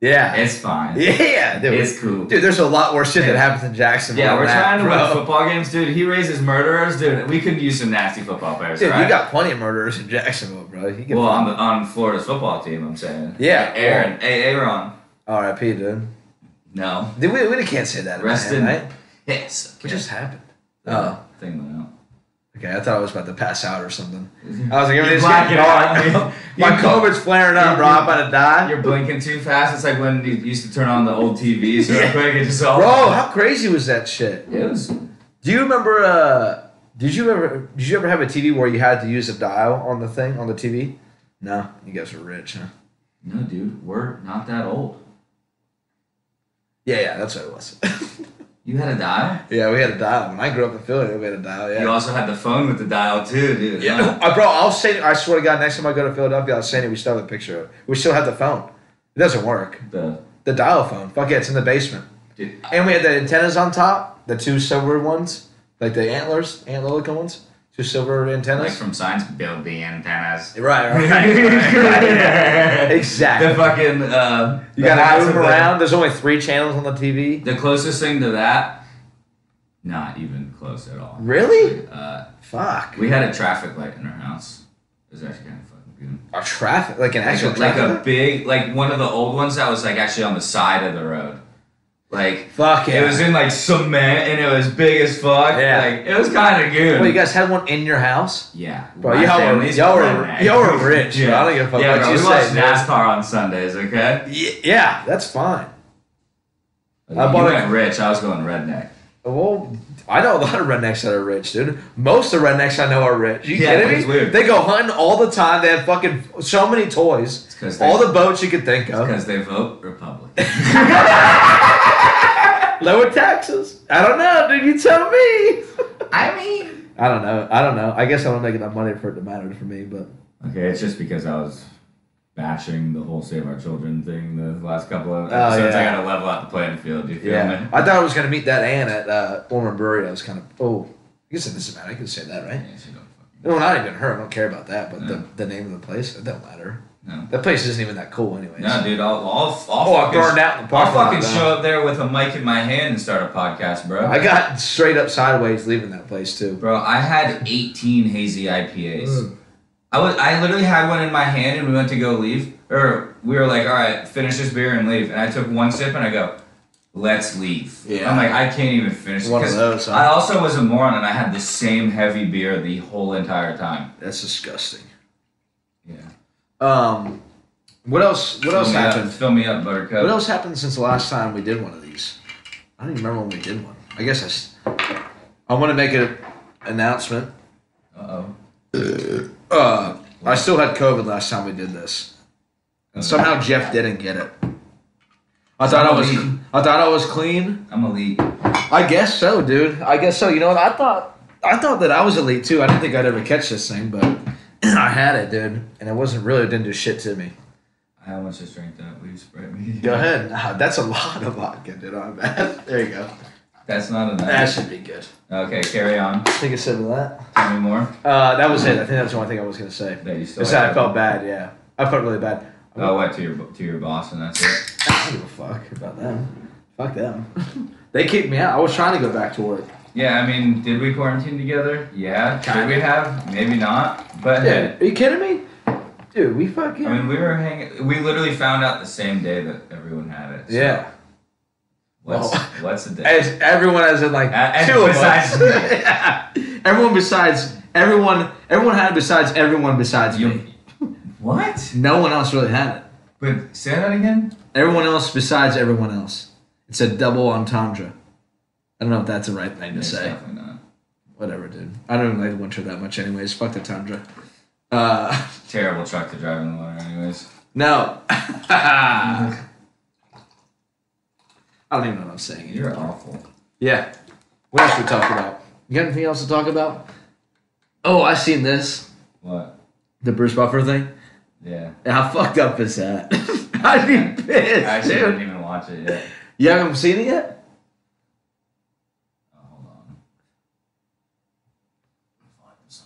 Speaker 1: Yeah.
Speaker 2: it's fine.
Speaker 1: Yeah, dude.
Speaker 2: It's cool.
Speaker 1: Dude, there's a lot worse shit that happens in Jacksonville.
Speaker 2: yeah, we're
Speaker 1: than that,
Speaker 2: trying to win
Speaker 1: bro.
Speaker 2: football games, dude. He raises murderers, dude. We could use some nasty football players,
Speaker 1: Dude,
Speaker 2: right?
Speaker 1: you got plenty of murderers in Jacksonville, bro. You can
Speaker 2: well, on the on Florida's football team, I'm saying.
Speaker 1: Yeah,
Speaker 2: Aaron, hey, Aaron.
Speaker 1: R.I.P. Dude.
Speaker 2: No.
Speaker 1: Dude, we, we can't say that.
Speaker 2: Rest
Speaker 1: man,
Speaker 2: in-
Speaker 1: right?
Speaker 2: Yes.
Speaker 1: What just happened?
Speaker 2: Oh, thing went out.
Speaker 1: Okay, I thought I was about to pass out or something. I was like,
Speaker 2: You're
Speaker 1: everything's
Speaker 2: blacking
Speaker 1: getting dark.
Speaker 2: out.
Speaker 1: My
Speaker 2: You're-
Speaker 1: COVID's flaring
Speaker 2: you're-
Speaker 1: up, bro. I'm about to die.
Speaker 2: You're blinking too fast. It's like when you used to turn on the old TVs real
Speaker 1: Yeah.
Speaker 2: quick and just all.
Speaker 1: Bro, how crazy was that shit?
Speaker 2: It was.
Speaker 1: Do you remember? Uh, did you ever? Did you ever have a TV where you had to use a dial on the thing on the TV? No, you guys were rich, huh?
Speaker 2: No, dude, we're not that old.
Speaker 1: Yeah, yeah, that's what it was.
Speaker 2: You had a dial.
Speaker 1: yeah, we had a dial. When I grew up in Philly, we had a dial. Yeah.
Speaker 2: You also had the phone with the dial too, dude.
Speaker 1: Yeah, uh, bro. I'll say. I swear to God, next time I go to Philadelphia, I'll send it. We still have a picture of it. We still have the phone. It doesn't work.
Speaker 2: The
Speaker 1: The dial phone. Fuck yeah, it's in the basement.
Speaker 2: dude,
Speaker 1: And we had the antennas on top, the two silver ones, like the antlers, antler looking ones, two silver
Speaker 2: like
Speaker 1: antennas.
Speaker 2: from science, build the antennas.
Speaker 1: right, right, right, right. Exactly.
Speaker 2: The fucking. Uh,
Speaker 1: You
Speaker 2: the
Speaker 1: gotta
Speaker 2: hats
Speaker 1: move
Speaker 2: with the-
Speaker 1: around. There's only three channels on the TV.
Speaker 2: The closest thing to that, not even close at all.
Speaker 1: Really?
Speaker 2: Uh,
Speaker 1: Fuck.
Speaker 2: we had a traffic light in our house. It was actually kind of fucking good.
Speaker 1: A traffic, like an
Speaker 2: Like,
Speaker 1: actual
Speaker 2: a- like
Speaker 1: traffic.
Speaker 2: a big, like one of the old ones that was like actually on the side of the road. Like
Speaker 1: Fuck yeah.
Speaker 2: it was in like cement and it was big as fuck.
Speaker 1: Yeah.
Speaker 2: Like it was kind of good.
Speaker 1: Well, you guys had one in your house.
Speaker 2: Yeah.
Speaker 1: Bro,
Speaker 2: my
Speaker 1: y'all were-
Speaker 2: family's
Speaker 1: y'all were-
Speaker 2: grown, man.
Speaker 1: y'all were rich, bro. I don't give a fuck
Speaker 2: yeah,
Speaker 1: what
Speaker 2: bro,
Speaker 1: you
Speaker 2: we
Speaker 1: say,
Speaker 2: watched
Speaker 1: dude.
Speaker 2: NASCAR on Sundays, okay?
Speaker 1: Yeah, yeah that's fine.
Speaker 2: You
Speaker 1: bought a-
Speaker 2: went rich, I was going redneck.
Speaker 1: Well, I know a lot of rednecks that are rich, dude. Most of the rednecks I know are rich. You
Speaker 2: Yeah,
Speaker 1: kidding me?
Speaker 2: it's weird.
Speaker 1: They go hunting all the time. They have fucking so many toys.
Speaker 2: 'cause they-
Speaker 1: All the boats you could think of.
Speaker 2: Because they vote Republican.
Speaker 1: Lower taxes. I don't know, dude. You tell me.
Speaker 2: I mean
Speaker 1: I don't know. I don't know. I guess I don't make enough money for it to matter for me, but
Speaker 2: Okay, it's just because I was bashing the whole Save Our Children thing the last couple of
Speaker 1: Oh,
Speaker 2: episodes. I
Speaker 1: yeah.
Speaker 2: gotta level out the playing field, you feel
Speaker 1: yeah.
Speaker 2: me?
Speaker 1: I thought I was gonna meet that Ann at uh, Ormond Brewery. I was kind of oh, I guess it doesn't matter. I can say that, right?
Speaker 2: Yeah, she don't fucking-
Speaker 1: No, not even her. I don't care about that. But
Speaker 2: No.
Speaker 1: the, the name of the place, it don't matter.
Speaker 2: No.
Speaker 1: That place isn't even that cool, anyways.
Speaker 2: No, dude, I'll, I'll, I'll
Speaker 1: Oh, I
Speaker 2: fucking,
Speaker 1: burned out in the
Speaker 2: I'll
Speaker 1: parking lot,
Speaker 2: fucking
Speaker 1: though.
Speaker 2: show up there with a mic in my hand and start a podcast, bro.
Speaker 1: I got straight up sideways leaving that place too.
Speaker 2: Bro, I had 18 hazy IPAs.
Speaker 1: Mm.
Speaker 2: I was I literally had one in my hand and we went to go leave. Or we were like, all right, finish this beer and leave. And I took one sip and I go, let's leave.
Speaker 1: Yeah.
Speaker 2: I'm like, I can't even finish it,
Speaker 1: One of
Speaker 2: 'cause
Speaker 1: those, huh?
Speaker 2: I also was a moron and I had the same heavy beer the whole entire time.
Speaker 1: That's disgusting.
Speaker 2: Yeah.
Speaker 1: Um, what else? What else
Speaker 2: fill me
Speaker 1: happened?
Speaker 2: Up, fill me up, Buttercup.
Speaker 1: What else happened since the last time we did one of these? I don't even remember when we did one. I guess I. s- I want to make an announcement.
Speaker 2: Uh-oh.
Speaker 1: Uh, I still had COVID last time we did this, and somehow Jeff didn't get it. I thought I was. I thought I was clean.
Speaker 2: I'm elite.
Speaker 1: I guess so, dude. I guess so. You know what? I thought I thought that I was elite too. I didn't think I'd ever catch this thing, but I had it, dude, and it wasn't really it didn't do shit to me.
Speaker 2: I almost just drank that. Will you spread me?
Speaker 1: Go ahead. Nah, that's a lot of vodka, dude. I'm bad. There you go.
Speaker 2: That's not
Speaker 1: That
Speaker 2: enough.
Speaker 1: should be good.
Speaker 2: Okay, carry on.
Speaker 1: Take a sip of that.
Speaker 2: Tell me more.
Speaker 1: Uh, that was it. I think that's the only thing I was gonna say.
Speaker 2: That you still
Speaker 1: Is that I
Speaker 2: had
Speaker 1: felt bad. Yeah, I felt really bad. I
Speaker 2: Oh, what to your to your boss and that's it.
Speaker 1: don't give a fuck about them. Fuck them. they kicked me out. I was trying to go back to work.
Speaker 2: Yeah, I mean, did we quarantine together? Yeah.
Speaker 1: Kinda.
Speaker 2: Did we have? Maybe not. But
Speaker 1: Yeah.
Speaker 2: hey,
Speaker 1: Are you kidding me? Dude, we fucking.
Speaker 2: I mean, we were hanging. We literally found out the same day that everyone had it. so
Speaker 1: yeah.
Speaker 2: What's
Speaker 1: Well,
Speaker 2: what's the day?
Speaker 1: As everyone as in like
Speaker 2: Uh, and
Speaker 1: two
Speaker 2: besides
Speaker 1: of us. yeah. Everyone besides everyone everyone had it besides everyone besides
Speaker 2: You-
Speaker 1: me.
Speaker 2: what?
Speaker 1: No one else really had it.
Speaker 2: But say that again.
Speaker 1: Everyone else besides everyone else. It's a double entendre. I don't know if that's the right thing to
Speaker 2: It's
Speaker 1: say.
Speaker 2: definitely not.
Speaker 1: Whatever, dude. I don't even like the winter that much anyways. Fuck the tundra. Uh
Speaker 2: Terrible truck to drive in the winter, anyways.
Speaker 1: No. I don't even know what I'm saying.
Speaker 2: You're awful.
Speaker 1: Yeah. What else should we talk about? You got anything else to talk about? Oh, I seen this.
Speaker 2: What?
Speaker 1: The Bruce Buffer thing.
Speaker 2: Yeah.
Speaker 1: And how fucked up is that? I'd be
Speaker 2: I
Speaker 1: pissed,
Speaker 2: actually didn't
Speaker 1: dude.
Speaker 2: even watch it yet.
Speaker 1: You haven't seen it yet?
Speaker 2: Oh, hold on. Volume is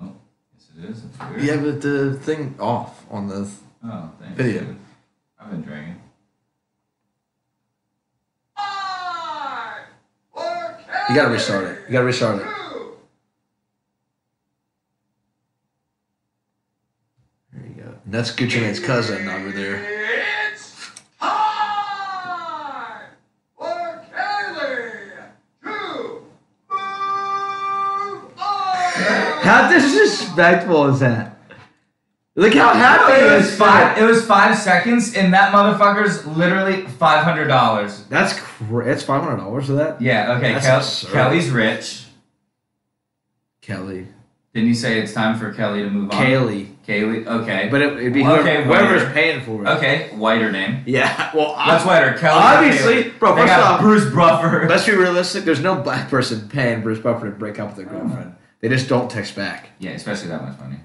Speaker 2: not up. Oh, yes it is. It's weird.
Speaker 1: Yeah, but the thing off on the.
Speaker 2: Oh, thanks.
Speaker 1: Video.
Speaker 2: dude. I've been drinking.
Speaker 1: You gotta restart it. You gotta restart it. There you go. And that's Gucci Mane's cousin over there. How disrespectful is that? Look how happy
Speaker 2: It
Speaker 1: he
Speaker 2: was
Speaker 1: is.
Speaker 2: five. It was five seconds, and that motherfucker's literally five hundred dollars.
Speaker 1: That's cra- it's five hundred dollars for that.
Speaker 2: Yeah. Okay.
Speaker 1: That's
Speaker 2: Kel-
Speaker 1: absurd.
Speaker 2: Kelly's rich.
Speaker 1: Kelly,
Speaker 2: Didn't you say it's time for Kelly to move on?
Speaker 1: Kaylee,
Speaker 2: Kaylee. Okay.
Speaker 1: but it, it'd be whoever,
Speaker 2: Okay,
Speaker 1: whoever's
Speaker 2: whatever.
Speaker 1: paying for it.
Speaker 2: okay. Whiter name.
Speaker 1: Yeah. Well, I-
Speaker 2: That's whiter. Kelly.
Speaker 1: Obviously,
Speaker 2: Kaylee.
Speaker 1: bro,
Speaker 2: They
Speaker 1: first
Speaker 2: got
Speaker 1: off-
Speaker 2: Bruce Buffer.
Speaker 1: let's be realistic. There's no black person paying Bruce Buffer to break up with their girlfriend. They just don't text back.
Speaker 2: yeah, especially that much money.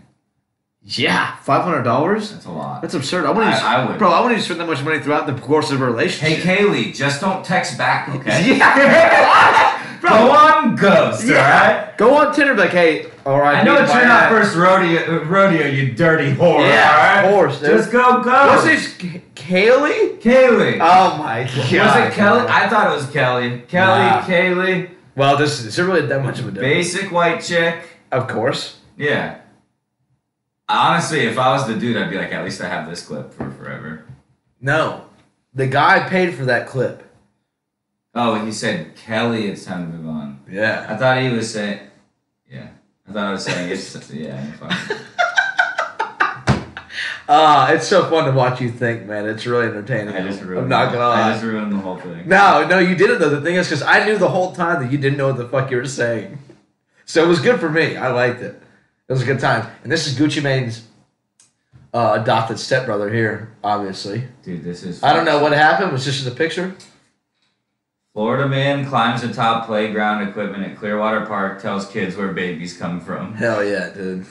Speaker 1: Yeah, five hundred dollars.
Speaker 2: That's a lot.
Speaker 1: That's absurd. I wouldn't.
Speaker 2: I-
Speaker 1: even-
Speaker 2: I would.
Speaker 1: Bro, I wouldn't even spend that much money throughout the course of a
Speaker 2: hey,
Speaker 1: relationship.
Speaker 2: Kaylee, just don't text back, okay?
Speaker 1: Yeah. bro.
Speaker 2: Go on, ghost. All right.
Speaker 1: yeah. Go on Tinder, be like, hey, all right.
Speaker 2: I know it's your not first rodeo, uh, rodeo, you dirty whore.
Speaker 1: Yeah,
Speaker 2: all right?
Speaker 1: horse, dude.
Speaker 2: Just go, go.
Speaker 1: What's this, K- Kaylee?
Speaker 2: Kaylee.
Speaker 1: Oh my god. Was
Speaker 2: was it Kelly? I thought it was Kelly. Kelly,
Speaker 1: Nah.
Speaker 2: Kaylee,
Speaker 1: well, this is, is it really that much of a difference?
Speaker 2: basic white chick.
Speaker 1: Of course.
Speaker 2: Yeah. Honestly, if I was the dude, I'd be like, at least I have this clip for forever.
Speaker 1: No, the guy paid for that clip.
Speaker 2: Oh, he said, Kelly, it's time to move on.
Speaker 1: Yeah.
Speaker 2: I thought he was saying, yeah. I thought I was saying it's, yeah. fuck.
Speaker 1: Ah, it's so fun to watch you think, man. It's really entertaining.
Speaker 2: I just ruined
Speaker 1: I'm not
Speaker 2: it.
Speaker 1: gonna
Speaker 2: I
Speaker 1: lie.
Speaker 2: just ruined the whole thing.
Speaker 1: No, no, you didn't though. The thing is, because I knew the whole time that you didn't know what the fuck you were saying. So it was good for me. I liked it. It was a good time. And this is Gucci Mane's uh, adopted stepbrother here, obviously.
Speaker 2: Dude, this is.
Speaker 1: I don't know what happened. Was this just a picture?
Speaker 2: Florida man climbs atop playground equipment at Clearwater Park, tells kids where babies come from.
Speaker 1: Hell yeah, dude.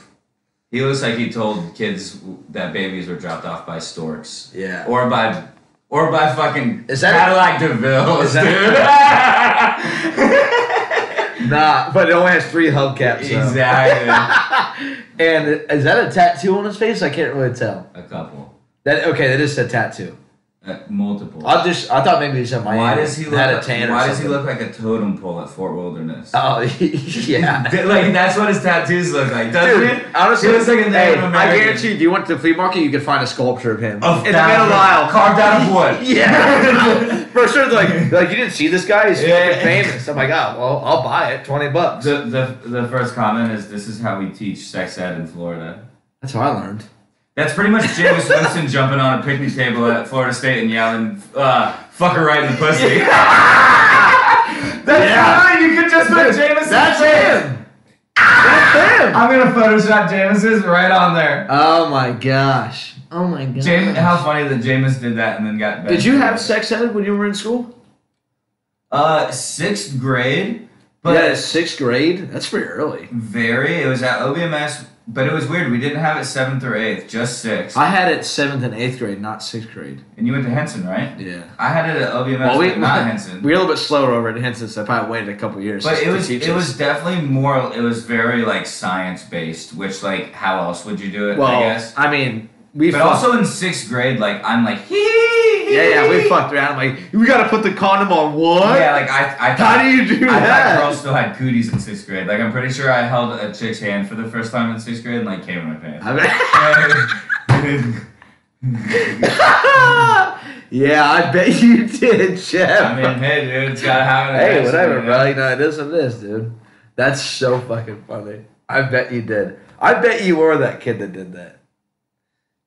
Speaker 2: He looks like he told kids that babies were dropped off by storks.
Speaker 1: Yeah.
Speaker 2: Or by or by fucking
Speaker 1: Is that-
Speaker 2: Cadillac DeVille.
Speaker 1: Is Nah, but it only has three hubcaps.
Speaker 2: dude.
Speaker 1: though.
Speaker 2: exactly.
Speaker 1: And is that a tattoo on his face? I can't really tell.
Speaker 2: A couple.
Speaker 1: That okay? That is a tattoo.
Speaker 2: Uh, multiple.
Speaker 1: I just I thought maybe he said my
Speaker 2: why does he look
Speaker 1: had a
Speaker 2: like-
Speaker 1: tan or
Speaker 2: why does he
Speaker 1: something.
Speaker 2: look like a totem pole at Fort Wilderness?
Speaker 1: Oh yeah.
Speaker 2: Th- like that's what his tattoos look like, doesn't
Speaker 1: Dude,
Speaker 2: it?
Speaker 1: honestly,
Speaker 2: he looks like a
Speaker 1: hey,
Speaker 2: Native
Speaker 1: I
Speaker 2: American.
Speaker 1: guarantee you, if you went to the flea market, you could find a sculpture of him.
Speaker 2: Of
Speaker 1: in the
Speaker 2: that-
Speaker 1: middle aisle.
Speaker 2: carved out of wood.
Speaker 1: Yeah. For sure, they're like, they're like, you didn't see this guy? He's
Speaker 2: Yeah.
Speaker 1: fucking famous. I'm like, oh, well, I'll buy it. 20 bucks.
Speaker 2: The, the the first comment is this is how we teach sex ed in Florida.
Speaker 1: That's how I learned.
Speaker 2: That's pretty much James Winston jumping on a picnic table at Florida State and yelling, uh, "Fuck her right in the pussy." That's
Speaker 1: Yeah.
Speaker 2: fine. You could just put Jameson.
Speaker 1: That's him. That's him.
Speaker 2: I'm gonna Photoshop Jameson's right on there.
Speaker 1: Oh my gosh. Oh my gosh.
Speaker 2: James, how funny that James did that and then got.
Speaker 1: Did
Speaker 2: benched.
Speaker 1: you have sex ed when you were in school?
Speaker 2: Uh, sixth grade, but
Speaker 1: yeah, sixth grade. That's pretty early.
Speaker 2: very. It was at OBMS, but it was weird. We didn't have it seventh or eighth, just sixth.
Speaker 1: I had it seventh and eighth grade, not sixth grade.
Speaker 2: and you went to Henson, right?
Speaker 1: Yeah.
Speaker 2: I had it at OBMS,
Speaker 1: Well, we,
Speaker 2: but not Henson.
Speaker 1: we were a little bit slower over at Henson, so I probably waited a couple years.
Speaker 2: But
Speaker 1: to-
Speaker 2: it
Speaker 1: to
Speaker 2: was
Speaker 1: teach
Speaker 2: it
Speaker 1: us.
Speaker 2: was definitely more. It was very like science based, which like how else would you do it?
Speaker 1: Well,
Speaker 2: I
Speaker 1: I,
Speaker 2: guess.
Speaker 1: mean, we
Speaker 2: But
Speaker 1: fucked.
Speaker 2: also in sixth grade, like I'm like hee hee. hee,
Speaker 1: yeah, yeah, we
Speaker 2: hee."
Speaker 1: fucked around. Like, we gotta put the condom on what?
Speaker 2: Yeah, like I I thought,
Speaker 1: How do you do
Speaker 2: I
Speaker 1: that?
Speaker 2: thought girls still had cooties in sixth grade. Like I'm pretty sure I held a chick's hand for the first time in sixth grade and like came in my pants.
Speaker 1: I mean, yeah, I bet you did, Jeff.
Speaker 2: I mean, hey, dude, it's gotta happen.
Speaker 1: hey,
Speaker 2: eventually,
Speaker 1: whatever,
Speaker 2: you know?
Speaker 1: bro. You know it is what it is, dude. That's so fucking funny. I bet you did. I bet you were that kid that did that.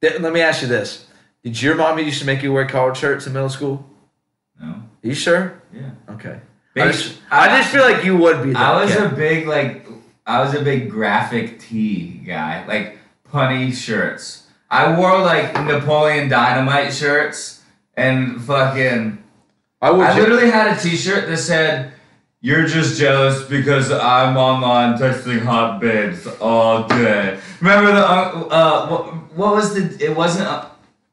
Speaker 1: Th- Let me ask you this: Did your mommy used to make you wear collared shirts in middle school?
Speaker 2: No,
Speaker 1: Are you sure?
Speaker 2: yeah.
Speaker 1: Okay. I
Speaker 2: Big-
Speaker 1: just, I just feel like you would be. That
Speaker 2: I was
Speaker 1: kid.
Speaker 2: a big like I was a big graphic tee guy, like punny shirts. I wore like Napoleon Dynamite shirts and fucking.
Speaker 1: I would.
Speaker 2: I literally had a T-shirt that said, "You're just jealous because I'm online texting hot babes all day." Remember the uh, uh what, what was the? It wasn't. Uh,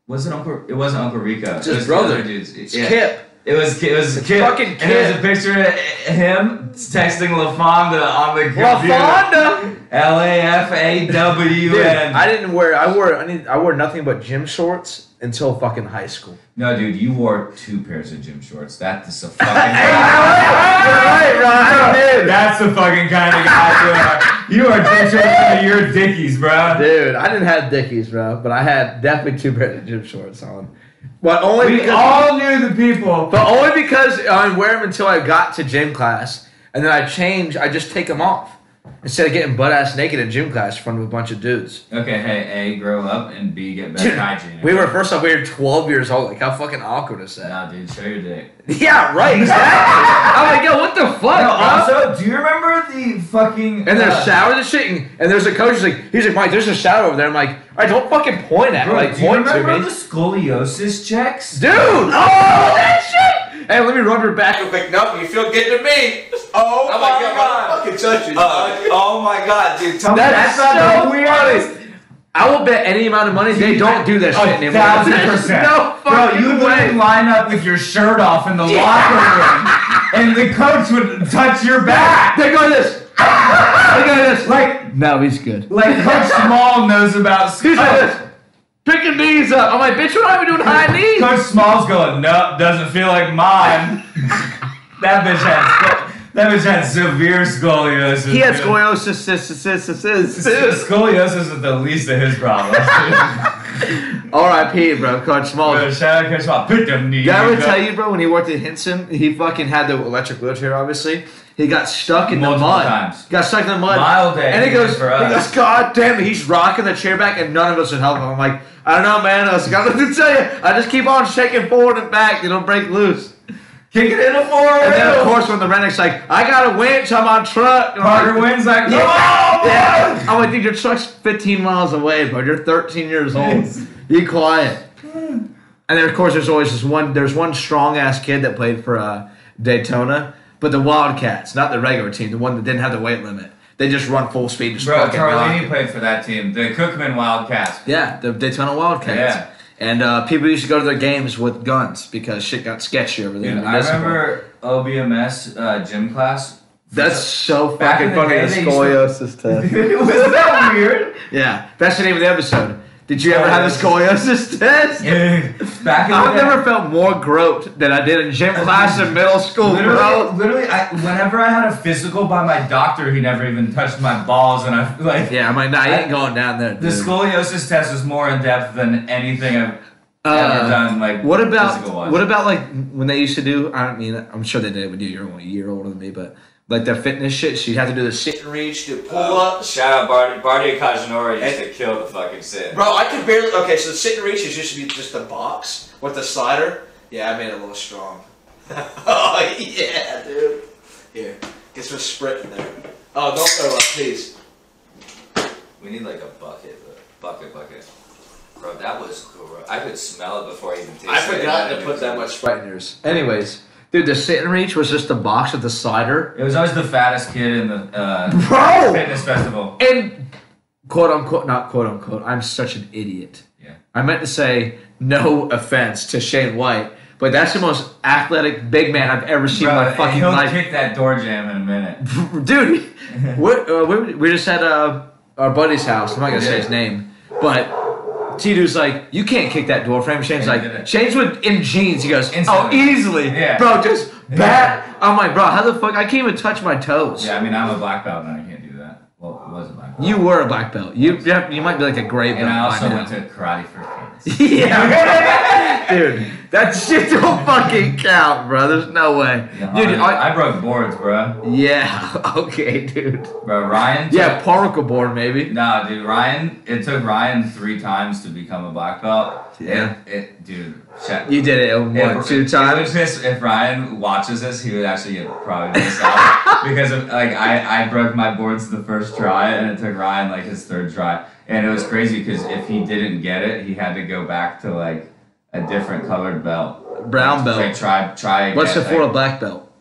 Speaker 2: was it Uncle? It wasn't Uncle Rico.
Speaker 1: It's
Speaker 2: it
Speaker 1: his
Speaker 2: was
Speaker 1: brother.
Speaker 2: The other dudes.
Speaker 1: it's Kip.
Speaker 2: It was. It was Kip.
Speaker 1: fucking
Speaker 2: And there was a
Speaker 1: Kip.
Speaker 2: picture of him texting LaFonda on the computer.
Speaker 1: LaFonda.
Speaker 2: L A F A W
Speaker 1: Dude,
Speaker 2: N.
Speaker 1: I didn't wear. I wore. I need. I wore nothing but gym shorts until fucking high school.
Speaker 2: No, dude, you wore two pairs of gym shorts. That's a
Speaker 1: You're
Speaker 2: fucking.
Speaker 1: right, Ron, I did.
Speaker 2: That's the fucking kind of guy you are. You are dickies. You're dickies, bro.
Speaker 1: Dude, I didn't have Dickies, bro, but I had definitely two pairs of gym shorts on. But only
Speaker 2: We
Speaker 1: because,
Speaker 2: all knew the people.
Speaker 1: but only because I would wear them until I got to gym class, and then I change. I just take them off instead of getting butt ass naked in gym class in front of a bunch of dudes.
Speaker 2: Okay, hey, A, grow up, and B, get better
Speaker 1: Dude,
Speaker 2: hygiene.
Speaker 1: we were first off, we were 12 years old. Like how fucking awkward is that?
Speaker 2: Nah, dude, show your dick.
Speaker 1: Yeah, right. Exactly. I'm like, yo, what the fuck? bro?
Speaker 2: also, do you remember the fucking.
Speaker 1: And there's
Speaker 2: uh,
Speaker 1: showers and shit, and, and there's a coach. He's like, he's like, Mike, there's a shower over there. I'm like, all right, don't fucking point at, me.
Speaker 2: Bro,
Speaker 1: like,
Speaker 2: do you
Speaker 1: point to
Speaker 2: remember
Speaker 1: me,
Speaker 2: the scoliosis checks?
Speaker 1: dude. Oh, that shit. Hey, let me rub your back.
Speaker 3: You're like, nope, you feel good to me.
Speaker 4: Oh
Speaker 3: I'm like,
Speaker 4: my
Speaker 3: yeah,
Speaker 4: god.
Speaker 3: I fucking touch you.
Speaker 4: Uh, oh my god, dude. Tell
Speaker 1: That's,
Speaker 2: That's not
Speaker 1: so
Speaker 2: the weirdest.
Speaker 1: funny. I will bet any amount of money they don't do that shit
Speaker 2: A
Speaker 1: anymore.
Speaker 2: thousand
Speaker 1: There's
Speaker 2: percent.
Speaker 1: No
Speaker 2: Bro,
Speaker 1: fucking
Speaker 2: you
Speaker 1: way.
Speaker 2: would line up with your shirt off in the locker room, and the coach would touch your back.
Speaker 1: They go this. they go this.
Speaker 2: Ah! Like,
Speaker 1: no, he's good.
Speaker 2: like Coach Small knows about.
Speaker 1: He's like
Speaker 2: Oh,
Speaker 1: this. Picking knees up. I'm like, bitch, why are we doing high knees?
Speaker 2: Coach Small's going, nope, doesn't feel like mine. that bitch had sco- that bitch had severe scoliosis.
Speaker 1: He had
Speaker 2: dude.
Speaker 1: scoliosis. sis, sis, sis, sis,
Speaker 2: S-
Speaker 1: sis.
Speaker 2: Scoliosis is the least of his problems. dude.
Speaker 1: R.I.P. Bro, Coach Small.
Speaker 2: But shout out Coach Small. Put them knees.
Speaker 1: Did I ever
Speaker 2: up.
Speaker 1: tell you, bro, when he worked at Hinson, he fucking had the electric wheelchair, obviously. He got stuck in
Speaker 2: Multiple
Speaker 1: the mud.
Speaker 2: times.
Speaker 1: Got stuck in the mud.
Speaker 2: Mild day
Speaker 1: And he goes,
Speaker 2: for
Speaker 1: he
Speaker 2: us.
Speaker 1: goes, God damn it, he's rocking the chair back, and none of us would help him. I'm like, I don't know, man. I was like, I don't know what to tell you. I just keep on shaking forward and back. It'll break loose.
Speaker 2: Kick it in the floor.
Speaker 1: And then, of course, when the redneck's like, I got a winch on my truck. And I'm
Speaker 2: Parker
Speaker 1: like,
Speaker 2: wins like,
Speaker 1: Yeah.
Speaker 2: "Oh,
Speaker 1: Yeah. I'm like, dude, your truck's 15 miles away, bro. You're 13 years old.
Speaker 2: Yes.
Speaker 1: Be quiet. And then, of course, there's always this one. There's one strong ass kid that played for uh, Daytona, but the Wildcats, not the regular team, the one that didn't have the weight limit. They just run full speed, just
Speaker 2: Bro,
Speaker 1: fucking rock
Speaker 2: Carlini
Speaker 1: it.
Speaker 2: played for that team, the Cookman Wildcats.
Speaker 1: Yeah, the Daytona Wildcats.
Speaker 2: Yeah.
Speaker 1: And uh, people used to go to their games with guns because shit got sketchy over there.
Speaker 2: Dude,
Speaker 1: in
Speaker 2: I
Speaker 1: municipal.
Speaker 2: remember OBMS uh, gym class.
Speaker 1: That's so
Speaker 2: Back in
Speaker 1: fucking
Speaker 2: the
Speaker 1: funny.
Speaker 2: day,
Speaker 1: the
Speaker 2: they used to-
Speaker 1: scoliosis test.
Speaker 2: was that weird?
Speaker 1: yeah, that's the name of the episode. Did you ever have a scoliosis test?
Speaker 2: Back in the
Speaker 1: I've
Speaker 2: day-
Speaker 1: never felt more groped than I did in gym class in middle school,
Speaker 2: Literally,
Speaker 1: bro.
Speaker 2: literally I, whenever I had a physical by my doctor, he never even touched my balls, and I like
Speaker 1: Yeah, I'm like, nah, you ain't going down there.
Speaker 2: the
Speaker 1: dude.
Speaker 2: scoliosis test was more in depth than anything I've ever
Speaker 1: Uh,
Speaker 2: done. Like
Speaker 1: What about
Speaker 2: physical-wise.
Speaker 1: what about like when they used to do? I don't mean, I'm sure they did it when you were a year older than me, but like that fitness shit, so you have to do the shit.
Speaker 3: Sit and reach, do pull
Speaker 4: Uh,
Speaker 3: ups.
Speaker 4: shout out Barty. Barty Akajanori used to kill the fucking sit.
Speaker 3: Bro, I could barely. Okay, so sit and reach is just just the box with the slider. Yeah, I made it a little strong. oh yeah, dude. Here, get some Sprint in there. Oh, don't throw up, please.
Speaker 4: We need like a bucket, a bucket, bucket. Bro, that was gross. I could smell it before I even tasted it.
Speaker 3: I forgot to put that much Sprite.
Speaker 1: Frighteners. Anyways, dude, the sit and reach was just a box with the slider,
Speaker 2: It was always the fattest kid in the uh,
Speaker 1: bro.
Speaker 2: fitness festival.
Speaker 1: And quote unquote, not quote unquote, I'm such an idiot.
Speaker 2: Yeah.
Speaker 1: I meant to say no offense to Shane White, but that's the most athletic big man I've ever seen in
Speaker 2: Bro,
Speaker 1: my fucking
Speaker 2: he'll
Speaker 1: life.
Speaker 2: kick that door jam in a minute.
Speaker 1: Dude, what, uh, we, we just at uh, our buddy's house. I'm not going to say his name, but Tito's like, you can't kick that door frame. Shane's
Speaker 2: did it.
Speaker 1: like, Shane's with, in jeans. He goes, oh,
Speaker 2: Instantly.
Speaker 1: easily.
Speaker 2: Yeah.
Speaker 1: Bro, just bat. I'm like, bro, how the fuck? I can't even touch my toes.
Speaker 2: Yeah, I mean I'm a black belt and I can't do that. Well, it was a black belt.
Speaker 1: You were a black belt. You you have- you might be like a gray belt.
Speaker 2: and I
Speaker 1: by
Speaker 2: also
Speaker 1: now.
Speaker 2: went to karate for kids.
Speaker 1: Yeah, dude, that shit don't fucking count, bro. There's no way,
Speaker 2: Yeah,
Speaker 1: dude. I,
Speaker 2: I, I broke boards, bro.
Speaker 1: yeah, okay, dude.
Speaker 2: Bro, Ryan. took-
Speaker 1: Yeah, particle board maybe.
Speaker 2: Nah, dude, Ryan. It took Ryan three times to become a black belt.
Speaker 1: Yeah.
Speaker 2: It, it dude. Shit.
Speaker 1: You did it in
Speaker 2: If-
Speaker 1: one, two
Speaker 2: if-
Speaker 1: times.
Speaker 2: If, this- if Ryan watches this, he would actually get probably pissed off because of, like I, I broke my boards the first try and it took Ryan like his third try And it was crazy because if he didn't get it, he had to go back to like a different colored belt.
Speaker 1: Brown
Speaker 2: Like
Speaker 1: belt.
Speaker 2: try try.
Speaker 1: What's it
Speaker 2: again,
Speaker 1: for?
Speaker 2: like-
Speaker 1: A black belt.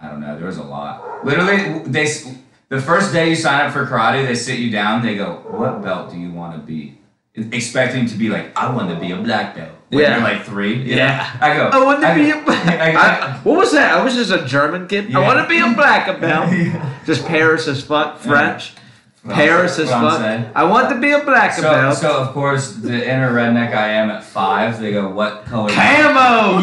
Speaker 2: I don't know. There was a lot. Literally, they s- the first day you sign up for karate, they sit you down. They go, "What belt do you want to be?" Expecting to be like, "I want to be a black belt." When
Speaker 1: Yeah.
Speaker 2: You're like three. you know?
Speaker 1: Yeah.
Speaker 2: I go.
Speaker 1: I want to be
Speaker 2: go-
Speaker 1: a black.
Speaker 2: I go-
Speaker 1: I, what was that? I was just a German kid. I
Speaker 2: Yeah.
Speaker 1: want to be a black belt.
Speaker 2: Yeah.
Speaker 1: Just Paris as fuck. French.
Speaker 2: Francais,
Speaker 1: Paris as fuck.
Speaker 2: francais.
Speaker 1: I want to be a black
Speaker 2: So,
Speaker 1: belt.
Speaker 2: so of course, the inner redneck I am at five. They go, "What color?"
Speaker 1: Camo.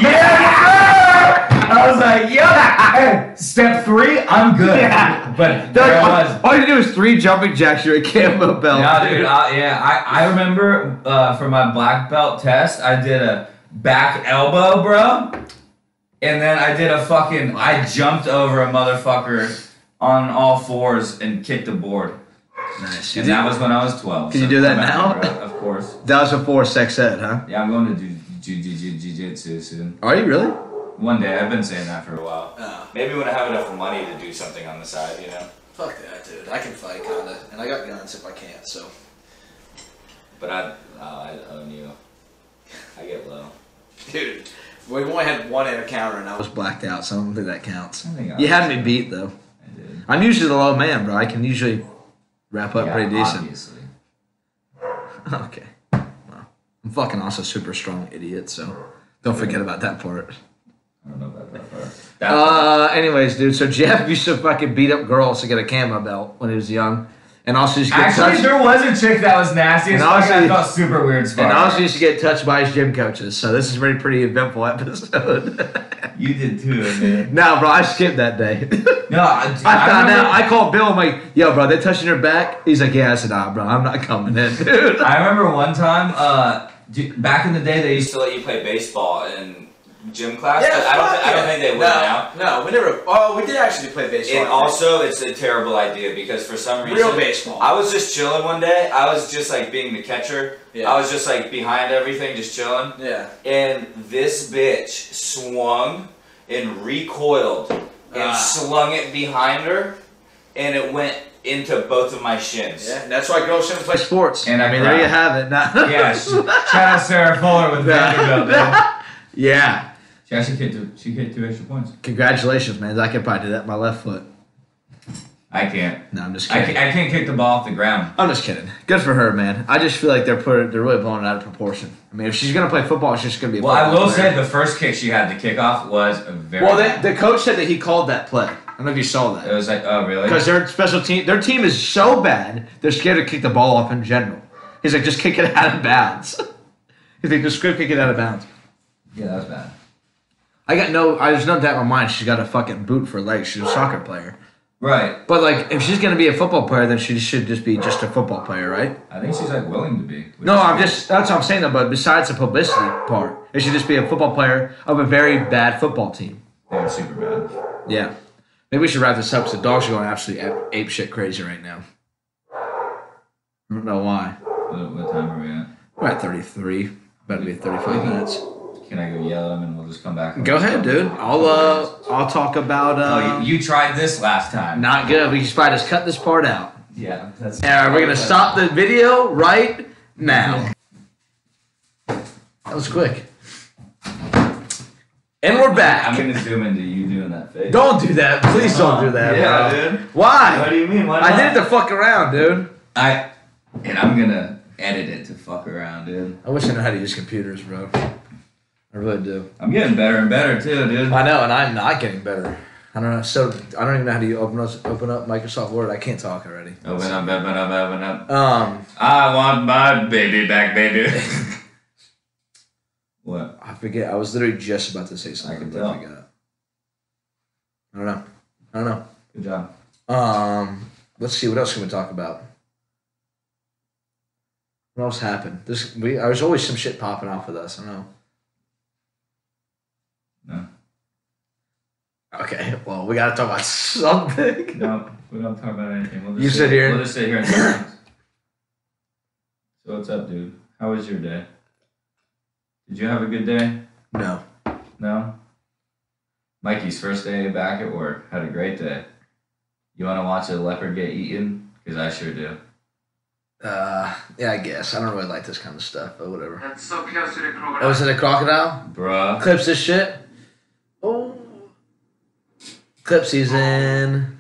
Speaker 2: Yeah! I was like, yeah. Step three, I'm good.
Speaker 1: Yeah.
Speaker 2: But
Speaker 1: They're
Speaker 2: there
Speaker 1: like,
Speaker 2: I
Speaker 1: all-
Speaker 2: was.
Speaker 1: all, you do is three jumping jacks. You're a camo belt.
Speaker 2: Yeah, dude. I, yeah, I, I remember uh, for my black belt test, I did a back elbow, bro. And then I did a fucking. I jumped over a motherfucker on all fours and kicked the board.
Speaker 1: Nice. You
Speaker 2: And
Speaker 1: did-
Speaker 2: that was when I was 12.
Speaker 1: Can you do that
Speaker 2: come at me,
Speaker 1: now?
Speaker 2: bro, of course.
Speaker 1: that was before sex ed, huh?
Speaker 2: Yeah, I'm going to do jiu jiu jiu jitsu soon.
Speaker 1: Are you really?
Speaker 2: One day. I've been saying that for a while.
Speaker 3: Oh,
Speaker 4: Maybe when I have enough money to do something on the side, you know.
Speaker 3: fuck that, dude. I can fight, kinda. And I got guns if I can't, so.
Speaker 4: But I, uh, I own you. I get low.
Speaker 3: Dude, we only had one encounter and I
Speaker 1: I was
Speaker 3: was.
Speaker 1: blacked out, so I don't think that counts.
Speaker 2: I think I
Speaker 1: You had
Speaker 2: was.
Speaker 1: me beat though.
Speaker 2: I did.
Speaker 1: I'm usually the low man, bro. I can usually wrap up
Speaker 2: Yeah,
Speaker 1: pretty decent.
Speaker 2: Obviously.
Speaker 1: Okay. Well, I'm fucking also super strong idiot, so don't forget about that part.
Speaker 2: I don't know about that part. That
Speaker 1: Uh, anyways, dude. So Jeff used to fucking beat up girls to get a camo belt when he was young, and also used to get
Speaker 2: Actually,
Speaker 1: touched.
Speaker 2: there was a chick that was nasty.
Speaker 1: And
Speaker 2: And I
Speaker 1: honestly-
Speaker 2: felt super weird. as
Speaker 1: and
Speaker 2: fuck.
Speaker 1: also used to get touched by his gym coaches. So this is a pretty pretty eventful episode.
Speaker 2: You did too, man.
Speaker 1: no, bro, I skipped that day.
Speaker 2: No, I,
Speaker 1: I found
Speaker 2: remember,
Speaker 1: out. I called Bill. I'm like, "Yo, bro, they touching your back." He's like, "Yeah." I said, "Nah, bro, I'm not coming in, dude."
Speaker 2: I remember one time, uh, d- back in the day, they
Speaker 4: They
Speaker 2: used
Speaker 4: used to let you play baseball in gym class.
Speaker 3: Yeah,
Speaker 4: but I don't.
Speaker 3: fuck
Speaker 4: thi- I don't
Speaker 3: yeah.
Speaker 4: think they would
Speaker 3: no,
Speaker 4: now.
Speaker 3: No, we never. Oh, we did actually play baseball.
Speaker 4: And also, it's a terrible idea because for some reason,
Speaker 3: real baseball.
Speaker 4: I was just chilling one day. I was just like being the catcher.
Speaker 3: Yeah.
Speaker 4: I was just like behind everything, just chilling.
Speaker 3: yeah.
Speaker 4: And this bitch swung and recoiled and
Speaker 3: Ah.
Speaker 4: slung it behind her, and it went into both of my shins.
Speaker 3: Yeah, and that's why girls shouldn't
Speaker 1: Play
Speaker 3: play.
Speaker 1: sports.
Speaker 2: And I
Speaker 1: I mean, there
Speaker 2: cried.
Speaker 1: you have it. Nah.
Speaker 2: yeah, sh- shout out Sarah Fuller with Vanderbilt. man.
Speaker 1: yeah.
Speaker 2: She actually kicked two, she kicked two extra points.
Speaker 1: Congratulations, man. I could probably do that with my left foot.
Speaker 2: I can't.
Speaker 1: No, I'm just
Speaker 2: I
Speaker 1: kidding.
Speaker 2: can't, I can't kick the ball off the ground.
Speaker 1: I'm just kidding. Good for her, man. I just feel like they're put, they're really blowing it out of proportion. I mean, if she's gonna play football, she's just gonna be. A
Speaker 2: Well, I
Speaker 1: football
Speaker 2: will
Speaker 1: player.
Speaker 2: say the first kick she had to kick off was a very.
Speaker 1: Well, the, the coach said that he called that play. I don't know if you saw
Speaker 2: it
Speaker 1: that
Speaker 2: was like, oh really?
Speaker 1: because their special team, their team is so bad, they're scared to kick the ball off in general. He's like, just kick it out of bounds. He's like, just go kick it out of bounds.
Speaker 2: Yeah, that was bad.
Speaker 1: I got no. I just know that in my mind. She's got a fucking boot for legs. She's a soccer player.
Speaker 2: Right.
Speaker 1: But like, if she's gonna be a football player, then she should just be just a football player, right?
Speaker 2: I think she's like willing to be. which
Speaker 1: No,
Speaker 2: is
Speaker 1: I'm
Speaker 2: good.
Speaker 1: just that's what I'm saying though. But besides the publicity part, it should just be a football player of a very bad football team.
Speaker 2: They were super bad.
Speaker 1: Yeah, maybe we should wrap this up because the dogs are going absolutely ape, ape shit crazy right now. I don't know why.
Speaker 2: What, what time are we at?
Speaker 1: We're at 33, about to be 35 minutes.
Speaker 2: Can I go yell at them and we'll just come back?
Speaker 1: Go ahead, dude. I'll uh, I'll talk about
Speaker 2: Oh,
Speaker 1: uh,
Speaker 2: you, you tried this last time.
Speaker 1: not good. We should probably just cut this part out.
Speaker 2: Yeah, that's.
Speaker 1: Yeah, we're gonna stop the video right now. That was quick. And we're
Speaker 2: I'm
Speaker 1: back.
Speaker 2: gonna zoom into you doing that face.
Speaker 1: Don't do that. Please don't do that.
Speaker 2: Yeah,
Speaker 1: bro.
Speaker 2: dude. What
Speaker 1: Why?
Speaker 2: do you mean? Why
Speaker 1: I
Speaker 2: not?
Speaker 1: did it to fuck around, dude.
Speaker 2: I and I'm gonna edit it to fuck around, dude.
Speaker 1: I wish I knew how to use computers, bro. I really do.
Speaker 2: I'm getting better and better too, dude.
Speaker 1: I know, and I'm not getting better. I don't know. So I don't even know how to open up, open up Microsoft Word. I can't talk already.
Speaker 2: Open up, open up, open up.
Speaker 1: Um,
Speaker 2: I want my baby back, baby. what?
Speaker 1: I forget. I was literally just about to say something.
Speaker 2: I can
Speaker 1: but
Speaker 2: tell.
Speaker 1: forgot. I don't know. I don't know.
Speaker 2: Good job.
Speaker 1: Um, let's see what else can we talk about. What else happened? This we there's always some shit popping off with us. I know.
Speaker 2: No,
Speaker 1: Okay, well we gotta talk about something.
Speaker 2: no, we don't talk about anything. We'll just
Speaker 1: You sit here.
Speaker 2: We'll just sit here and talk. so what's up, dude? How was your day? Did you have a good day?
Speaker 1: No,
Speaker 2: No. Mikey's first day back at work. Had a great day. You want to watch a leopard get eaten? Because I sure do.
Speaker 1: Uh, yeah, I guess I don't really like this kind of stuff, but whatever.
Speaker 5: That's so close to the crocodile.
Speaker 1: Oh, is it a crocodile?
Speaker 2: Bruh.
Speaker 1: Clips this shit. Oh, clip season.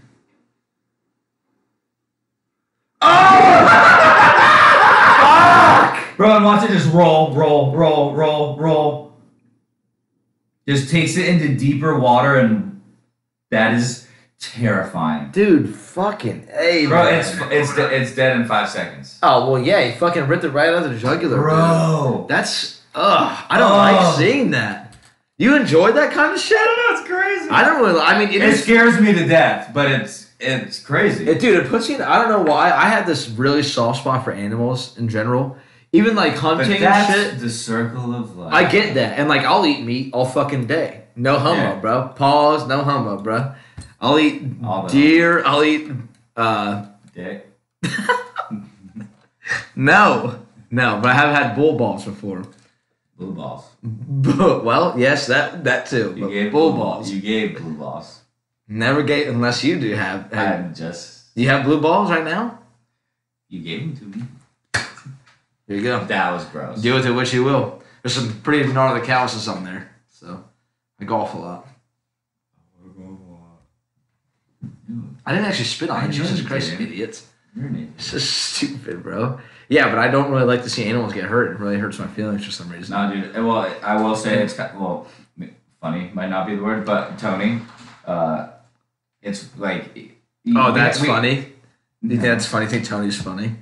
Speaker 2: Bro, and watch it just roll, roll, roll, roll, roll. Just takes it into deeper water, and that is terrifying.
Speaker 1: Dude, fucking a
Speaker 2: Bro, it's it's de- it's dead in five seconds.
Speaker 1: oh well, yeah, he fucking ripped it right out of the jugular, dude.
Speaker 2: Bro, Oh.
Speaker 1: That's ugh. I don't
Speaker 2: Ugh.
Speaker 1: like seeing that. You enjoyed that kind of shit?
Speaker 2: that's crazy.
Speaker 1: I don't really. I mean, it
Speaker 2: it
Speaker 1: is
Speaker 2: scares me to death, but it's it's crazy.
Speaker 1: It, dude, it puts you in. I don't know why. I had this really soft spot for animals in general, even like
Speaker 2: but
Speaker 1: hunting and
Speaker 2: that's
Speaker 1: shit.
Speaker 2: the circle of life.
Speaker 1: I get that, and like I'll eat meat all fucking day. No homo,
Speaker 2: Yeah.
Speaker 1: bro. Pause. No homo, bro. I'll eat
Speaker 2: All the-
Speaker 1: deer. I'll eat. Uh,
Speaker 2: Dick.
Speaker 1: no, no. But I have had bull balls before.
Speaker 2: Blue balls.
Speaker 1: But, well, yes, that that too.
Speaker 2: You
Speaker 1: But
Speaker 2: gave
Speaker 1: bull balls.
Speaker 2: You gave blue balls.
Speaker 1: Never gave unless you do have.
Speaker 2: I just
Speaker 1: you have blue balls right now.
Speaker 2: you gave them to me.
Speaker 1: Here you go.
Speaker 2: That was gross.
Speaker 1: Deal with it what you will. There's some pretty gnarly calluses on there, so I golf a lot. I didn't actually spit on
Speaker 2: I
Speaker 1: it.
Speaker 2: know
Speaker 1: Jesus
Speaker 2: you
Speaker 1: Christ,
Speaker 2: didn't.
Speaker 1: idiots!
Speaker 2: You're an idiot.
Speaker 1: This is stupid, bro. Yeah, but I don't really like to see animals get hurt. It really hurts my feelings for some reason.
Speaker 2: No, dude. Well, I will say it's kind well, m- funny might not be the word, but Tony, uh, it's like.
Speaker 1: oh, that's
Speaker 2: we-
Speaker 1: funny. You think that's funny? You think Tony's funny?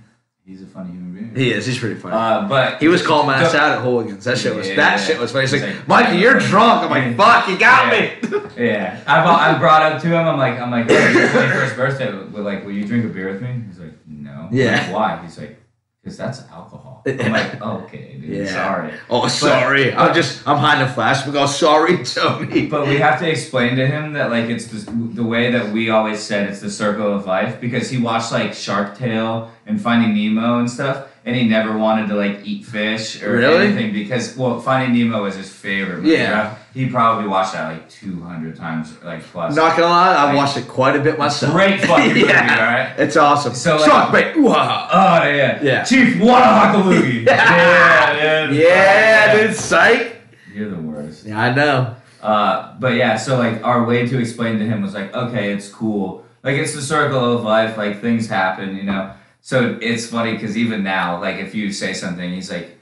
Speaker 2: He's a funny human being.
Speaker 1: He is. He's pretty funny.
Speaker 2: uh, but
Speaker 1: he was calling my ass
Speaker 2: Don't-
Speaker 1: out at Hooligans. That shit was that
Speaker 2: Yeah.
Speaker 1: shit was funny. He's
Speaker 2: He's
Speaker 1: like,
Speaker 2: like,
Speaker 1: Mikey, you're drunk. I'm like, fuck, you got
Speaker 2: Yeah.
Speaker 1: me.
Speaker 2: Yeah, I bought, I brought up to him. I'm like, I'm like, hey, your 21st birthday. Will, like, will you drink a beer with me? He's like, no. I'm
Speaker 1: Yeah.
Speaker 2: Like, Why? He's like, because that's alcohol. I'm like, okay, dude.
Speaker 1: Yeah.
Speaker 2: Sorry.
Speaker 1: Oh, sorry. I'm just I'm hiding a flashback. Oh, sorry, Tony.
Speaker 2: But we have to explain to him that like it's the, the way that we always said it's the circle of life because he watched like Shark Tale and Finding Nemo and stuff, and he never wanted to like eat fish or
Speaker 1: Really?
Speaker 2: anything because well, Finding Nemo was his favorite. Movie,
Speaker 1: Yeah.
Speaker 2: right? he probably watched that like two hundred times like plus.
Speaker 1: Not gonna lie, I watched it quite a bit myself.
Speaker 2: Great fucking movie, alright?
Speaker 1: It's awesome.
Speaker 2: So, like-
Speaker 1: Shark bait. Ooh-ha.
Speaker 2: Oh yeah,
Speaker 1: Yeah.
Speaker 2: Chief Wanahakaloogie. yeah, dude.
Speaker 1: Yeah, dude, psych.
Speaker 2: You're the worst.
Speaker 1: Yeah, I know.
Speaker 2: Uh, but yeah, so like our way to explain to him was like, okay, it's cool. Like it's the circle of life. Like things happen, you know. So it's funny because even now, like if you say something, he's like,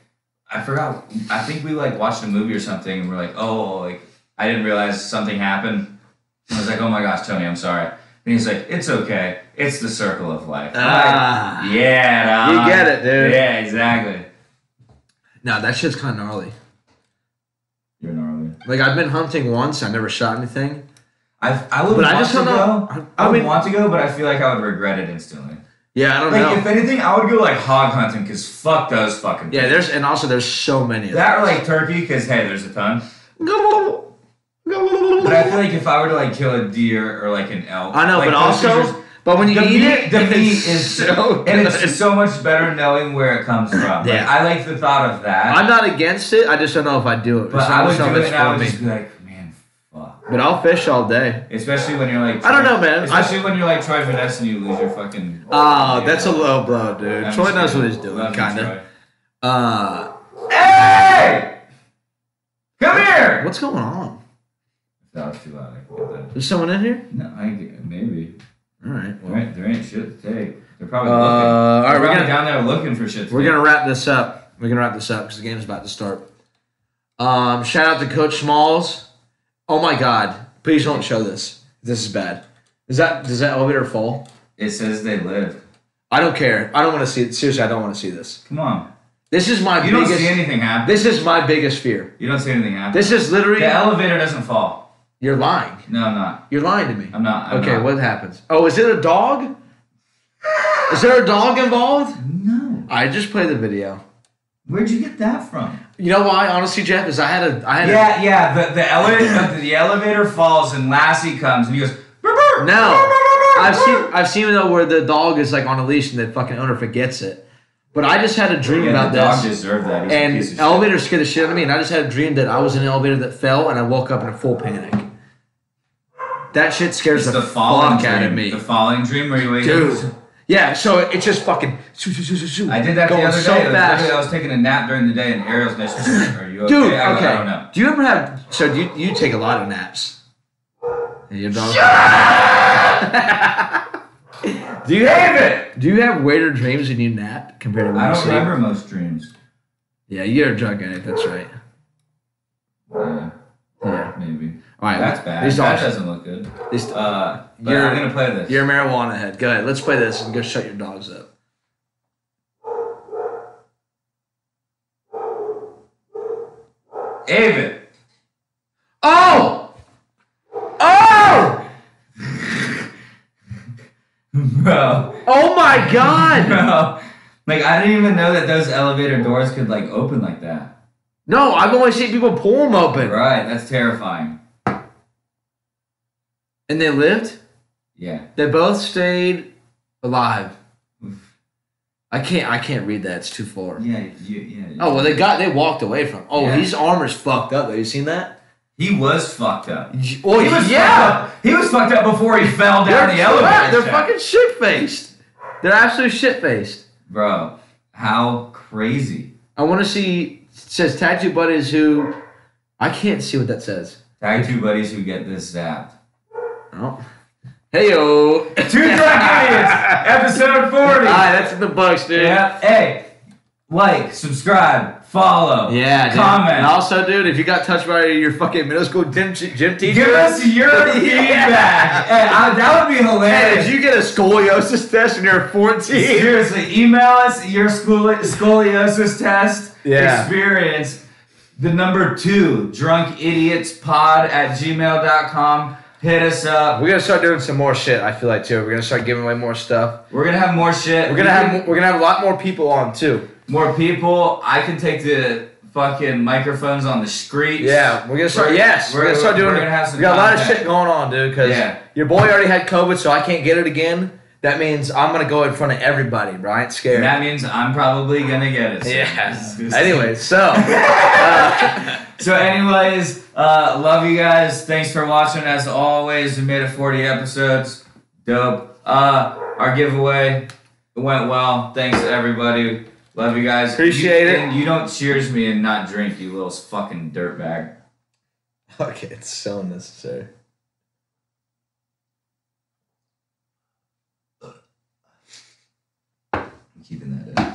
Speaker 2: I forgot. I think we like watched a movie or something, and we're like, oh, like I didn't realize something happened. I was like, oh my gosh, Tony, I'm sorry. And he's like, it's okay. It's the circle of life. I'm like,
Speaker 1: Ah.
Speaker 2: yeah,
Speaker 1: You
Speaker 2: dog.
Speaker 1: get it, dude.
Speaker 2: Yeah, exactly.
Speaker 1: No, that shit's kind of gnarly.
Speaker 2: You're gnarly.
Speaker 1: Like I've been hunting once, I never shot anything.
Speaker 2: I I would
Speaker 1: But I
Speaker 2: want
Speaker 1: just don't
Speaker 2: to
Speaker 1: know.
Speaker 2: go.
Speaker 1: I- I
Speaker 2: I, would
Speaker 1: mean-
Speaker 2: want to go, but I feel like I would regret it instantly.
Speaker 1: Yeah, I don't
Speaker 2: Like
Speaker 1: know.
Speaker 2: if anything, I would go like hog hunting because fuck those fucking.
Speaker 1: yeah, there's and also there's so many. Of
Speaker 2: That or like turkey because hey, there's a ton.
Speaker 1: them.
Speaker 2: But I feel like if I were to like kill a deer or like an elk,
Speaker 1: I know,
Speaker 2: like,
Speaker 1: but
Speaker 2: those creatures-
Speaker 1: also, but when you
Speaker 2: the
Speaker 1: eat
Speaker 2: meat,
Speaker 1: it,
Speaker 2: the
Speaker 1: it's
Speaker 2: meat is
Speaker 1: so
Speaker 2: and it's
Speaker 1: good.
Speaker 2: so much better knowing where it comes from. Like,
Speaker 1: Yeah.
Speaker 2: I like the thought of that.
Speaker 1: I'm not against it. I just don't know if I do it.
Speaker 2: but
Speaker 1: So
Speaker 2: I would
Speaker 1: just
Speaker 2: do
Speaker 1: don't know
Speaker 2: it,
Speaker 1: if
Speaker 2: and I would
Speaker 1: it's
Speaker 2: just
Speaker 1: for me.
Speaker 2: be like, man, fuck.
Speaker 1: But I'll fish all day.
Speaker 2: Especially when you're like,
Speaker 1: I don't know, man. I-
Speaker 2: Especially when you're like Troy Vanessa and you lose your fucking.
Speaker 1: Oh,
Speaker 2: Yeah.
Speaker 1: that's a low blow, dude.
Speaker 2: I'm
Speaker 1: Troy
Speaker 2: just
Speaker 1: knows what
Speaker 2: kidding.
Speaker 1: he's doing,
Speaker 2: Love you,
Speaker 1: kind of.
Speaker 2: Troy.
Speaker 1: Uh,
Speaker 2: Hey! Come here!
Speaker 1: what's going on?
Speaker 2: That was too loud. I can do that.
Speaker 1: Is someone in here?
Speaker 2: No, I get- maybe.
Speaker 1: All right.
Speaker 2: There ain't, there ain't shit to take. They're probably
Speaker 1: Uh,
Speaker 2: looking.
Speaker 1: all right,
Speaker 2: They're
Speaker 1: we're
Speaker 2: probably
Speaker 1: gonna-
Speaker 2: down there looking for shit. To
Speaker 1: We're
Speaker 2: take.
Speaker 1: gonna wrap this up. We're gonna wrap this up because the game's about to start. Um, shout out to Coach Smalls. Oh my God! Please don't show this. This is bad. Is that does that elevator fall?
Speaker 2: It says they live.
Speaker 1: I don't care. I don't want to see it. Seriously, I don't want to see this.
Speaker 2: Come on.
Speaker 1: This is my
Speaker 2: You don't
Speaker 1: biggest.
Speaker 2: see anything happen.
Speaker 1: this is my biggest fear.
Speaker 2: You don't see anything happen.
Speaker 1: This is literally.
Speaker 2: the elevator doesn't fall.
Speaker 1: You're lying.
Speaker 2: No, I'm not.
Speaker 1: You're lying to me.
Speaker 2: I'm not. I'm
Speaker 1: okay,
Speaker 2: not.
Speaker 1: what happens? Oh, is it a dog? Is there a dog involved?
Speaker 2: No.
Speaker 1: I just played the video.
Speaker 2: Where'd you get that from?
Speaker 1: You know why, honestly, Jeff, is I had a I had a
Speaker 2: Yeah, yeah. The the elevator the elevator falls and Lassie comes and he goes.
Speaker 1: No. I've seen I've seen though where the dog is like on a leash and the fucking owner forgets it. But I just had a dream
Speaker 2: Yeah,
Speaker 1: about
Speaker 2: the dog
Speaker 1: this.
Speaker 2: deserved that. He's a
Speaker 1: And
Speaker 2: piece of shit.
Speaker 1: elevator scared the shit out of me, and I just had a dream that I was in an elevator that fell and I woke up in a full panic. That shit scares
Speaker 2: It's
Speaker 1: the,
Speaker 2: the falling
Speaker 1: fuck out
Speaker 2: dream.
Speaker 1: of me.
Speaker 2: The falling dream where you wake
Speaker 1: Dude.
Speaker 2: up.
Speaker 1: Yeah, so it's just fucking. shoo, shoo, shoo, shoo, shoo,
Speaker 2: I did that
Speaker 1: going
Speaker 2: the other
Speaker 1: so
Speaker 2: day. It was
Speaker 1: fast.
Speaker 2: literally- I was taking a nap during the day, and Ariel's messaging me, "Are you okay?"
Speaker 1: Dude,
Speaker 2: I, go,
Speaker 1: okay.
Speaker 2: I don't know.
Speaker 1: Do you ever have? So you you take a lot of naps. And Your dog. do you have it? Do you have weirder dreams when you nap compared to when
Speaker 2: I
Speaker 1: you
Speaker 2: don't
Speaker 1: sleep?
Speaker 2: remember most dreams.
Speaker 1: Yeah, you're a drug addict. That's right.
Speaker 2: Uh,
Speaker 1: Yeah.
Speaker 2: maybe.
Speaker 1: All right.
Speaker 2: That's bad.
Speaker 1: These
Speaker 2: that
Speaker 1: dogs-
Speaker 2: doesn't look good.
Speaker 1: these-
Speaker 2: Uh, but
Speaker 1: You're-
Speaker 2: I'm gonna play this.
Speaker 1: you're a marijuana head. Go ahead. Let's play this and go shut your dogs up.
Speaker 2: Avid.
Speaker 1: Oh. Oh.
Speaker 2: Bro.
Speaker 1: Oh my God.
Speaker 2: Bro. Like I didn't even know that those elevator doors could like open like that.
Speaker 1: No, I've only seen people pull them open,
Speaker 2: Right. That's terrifying.
Speaker 1: and they lived.
Speaker 2: Yeah.
Speaker 1: They both stayed alive. I can't. I can't read that. It's too far.
Speaker 2: Yeah. You, yeah.
Speaker 1: Oh well, they got. They walked away from. Oh,
Speaker 2: Yeah.
Speaker 1: his armor's fucked up. Have you seen that?
Speaker 2: He was fucked up.
Speaker 1: Y- Oh
Speaker 2: He was
Speaker 1: yeah.
Speaker 2: Fucked up. He was fucked up before he fell
Speaker 1: They're,
Speaker 2: down the elevator.
Speaker 1: crap, they're
Speaker 2: shaft.
Speaker 1: fucking shit faced. They're absolutely shit faced.
Speaker 2: Bro, how crazy.
Speaker 1: I want to see. It says tattoo buddies who. I can't see what that says.
Speaker 2: Tag two buddies who get this zapped.
Speaker 1: Oh. Hey yo. All
Speaker 2: Two Drunk Idiots, episode 40.
Speaker 1: right, that's in the books, dude.
Speaker 2: yeah. Hey, like, subscribe, follow,
Speaker 1: Yeah, dude. And
Speaker 2: comment.
Speaker 1: also, dude, if you got touched by your fucking middle school gym, gym teacher,
Speaker 2: Give us your feedback. Hey, I- that would be
Speaker 1: Hey,
Speaker 2: hilarious.
Speaker 1: did you get a scoliosis test when you were 14?
Speaker 2: Seriously, email us your scoli- scoliosis test
Speaker 1: Yeah.
Speaker 2: experience. The number two, drunkidiotspod at gmail.com. Hit us up.
Speaker 1: We're gonna start doing some more shit. I feel like too. We're gonna start giving away more stuff.
Speaker 2: We're going to have more shit.
Speaker 1: We're gonna have mo- we're gonna have a lot more people on too.
Speaker 2: more people. I can take the fucking microphones on the streets.
Speaker 1: Yeah, we're gonna start.
Speaker 2: We're-
Speaker 1: yes, we're,
Speaker 2: we're-
Speaker 1: gonna start doing.
Speaker 2: we're gonna have some
Speaker 1: we got a lot of
Speaker 2: content.
Speaker 1: shit going on, dude. Because
Speaker 2: Yeah.
Speaker 1: your boy already had COVID, so I can't get it again. That means I'm gonna go in front of everybody. Brian,
Speaker 2: And
Speaker 1: scared.
Speaker 2: that means I'm probably gonna get it. soon.
Speaker 1: yeah. anyway, so
Speaker 2: So, anyways, uh, love you guys. Thanks for watching. As always, we made it 40 episodes. Dope. Uh, our giveaway went well. Thanks everybody. Love you guys.
Speaker 1: Appreciate
Speaker 2: You-
Speaker 1: it.
Speaker 2: And you don't cheers me and not drink, you little fucking dirtbag.
Speaker 1: okay, it's so necessary.
Speaker 2: I'm keeping that up.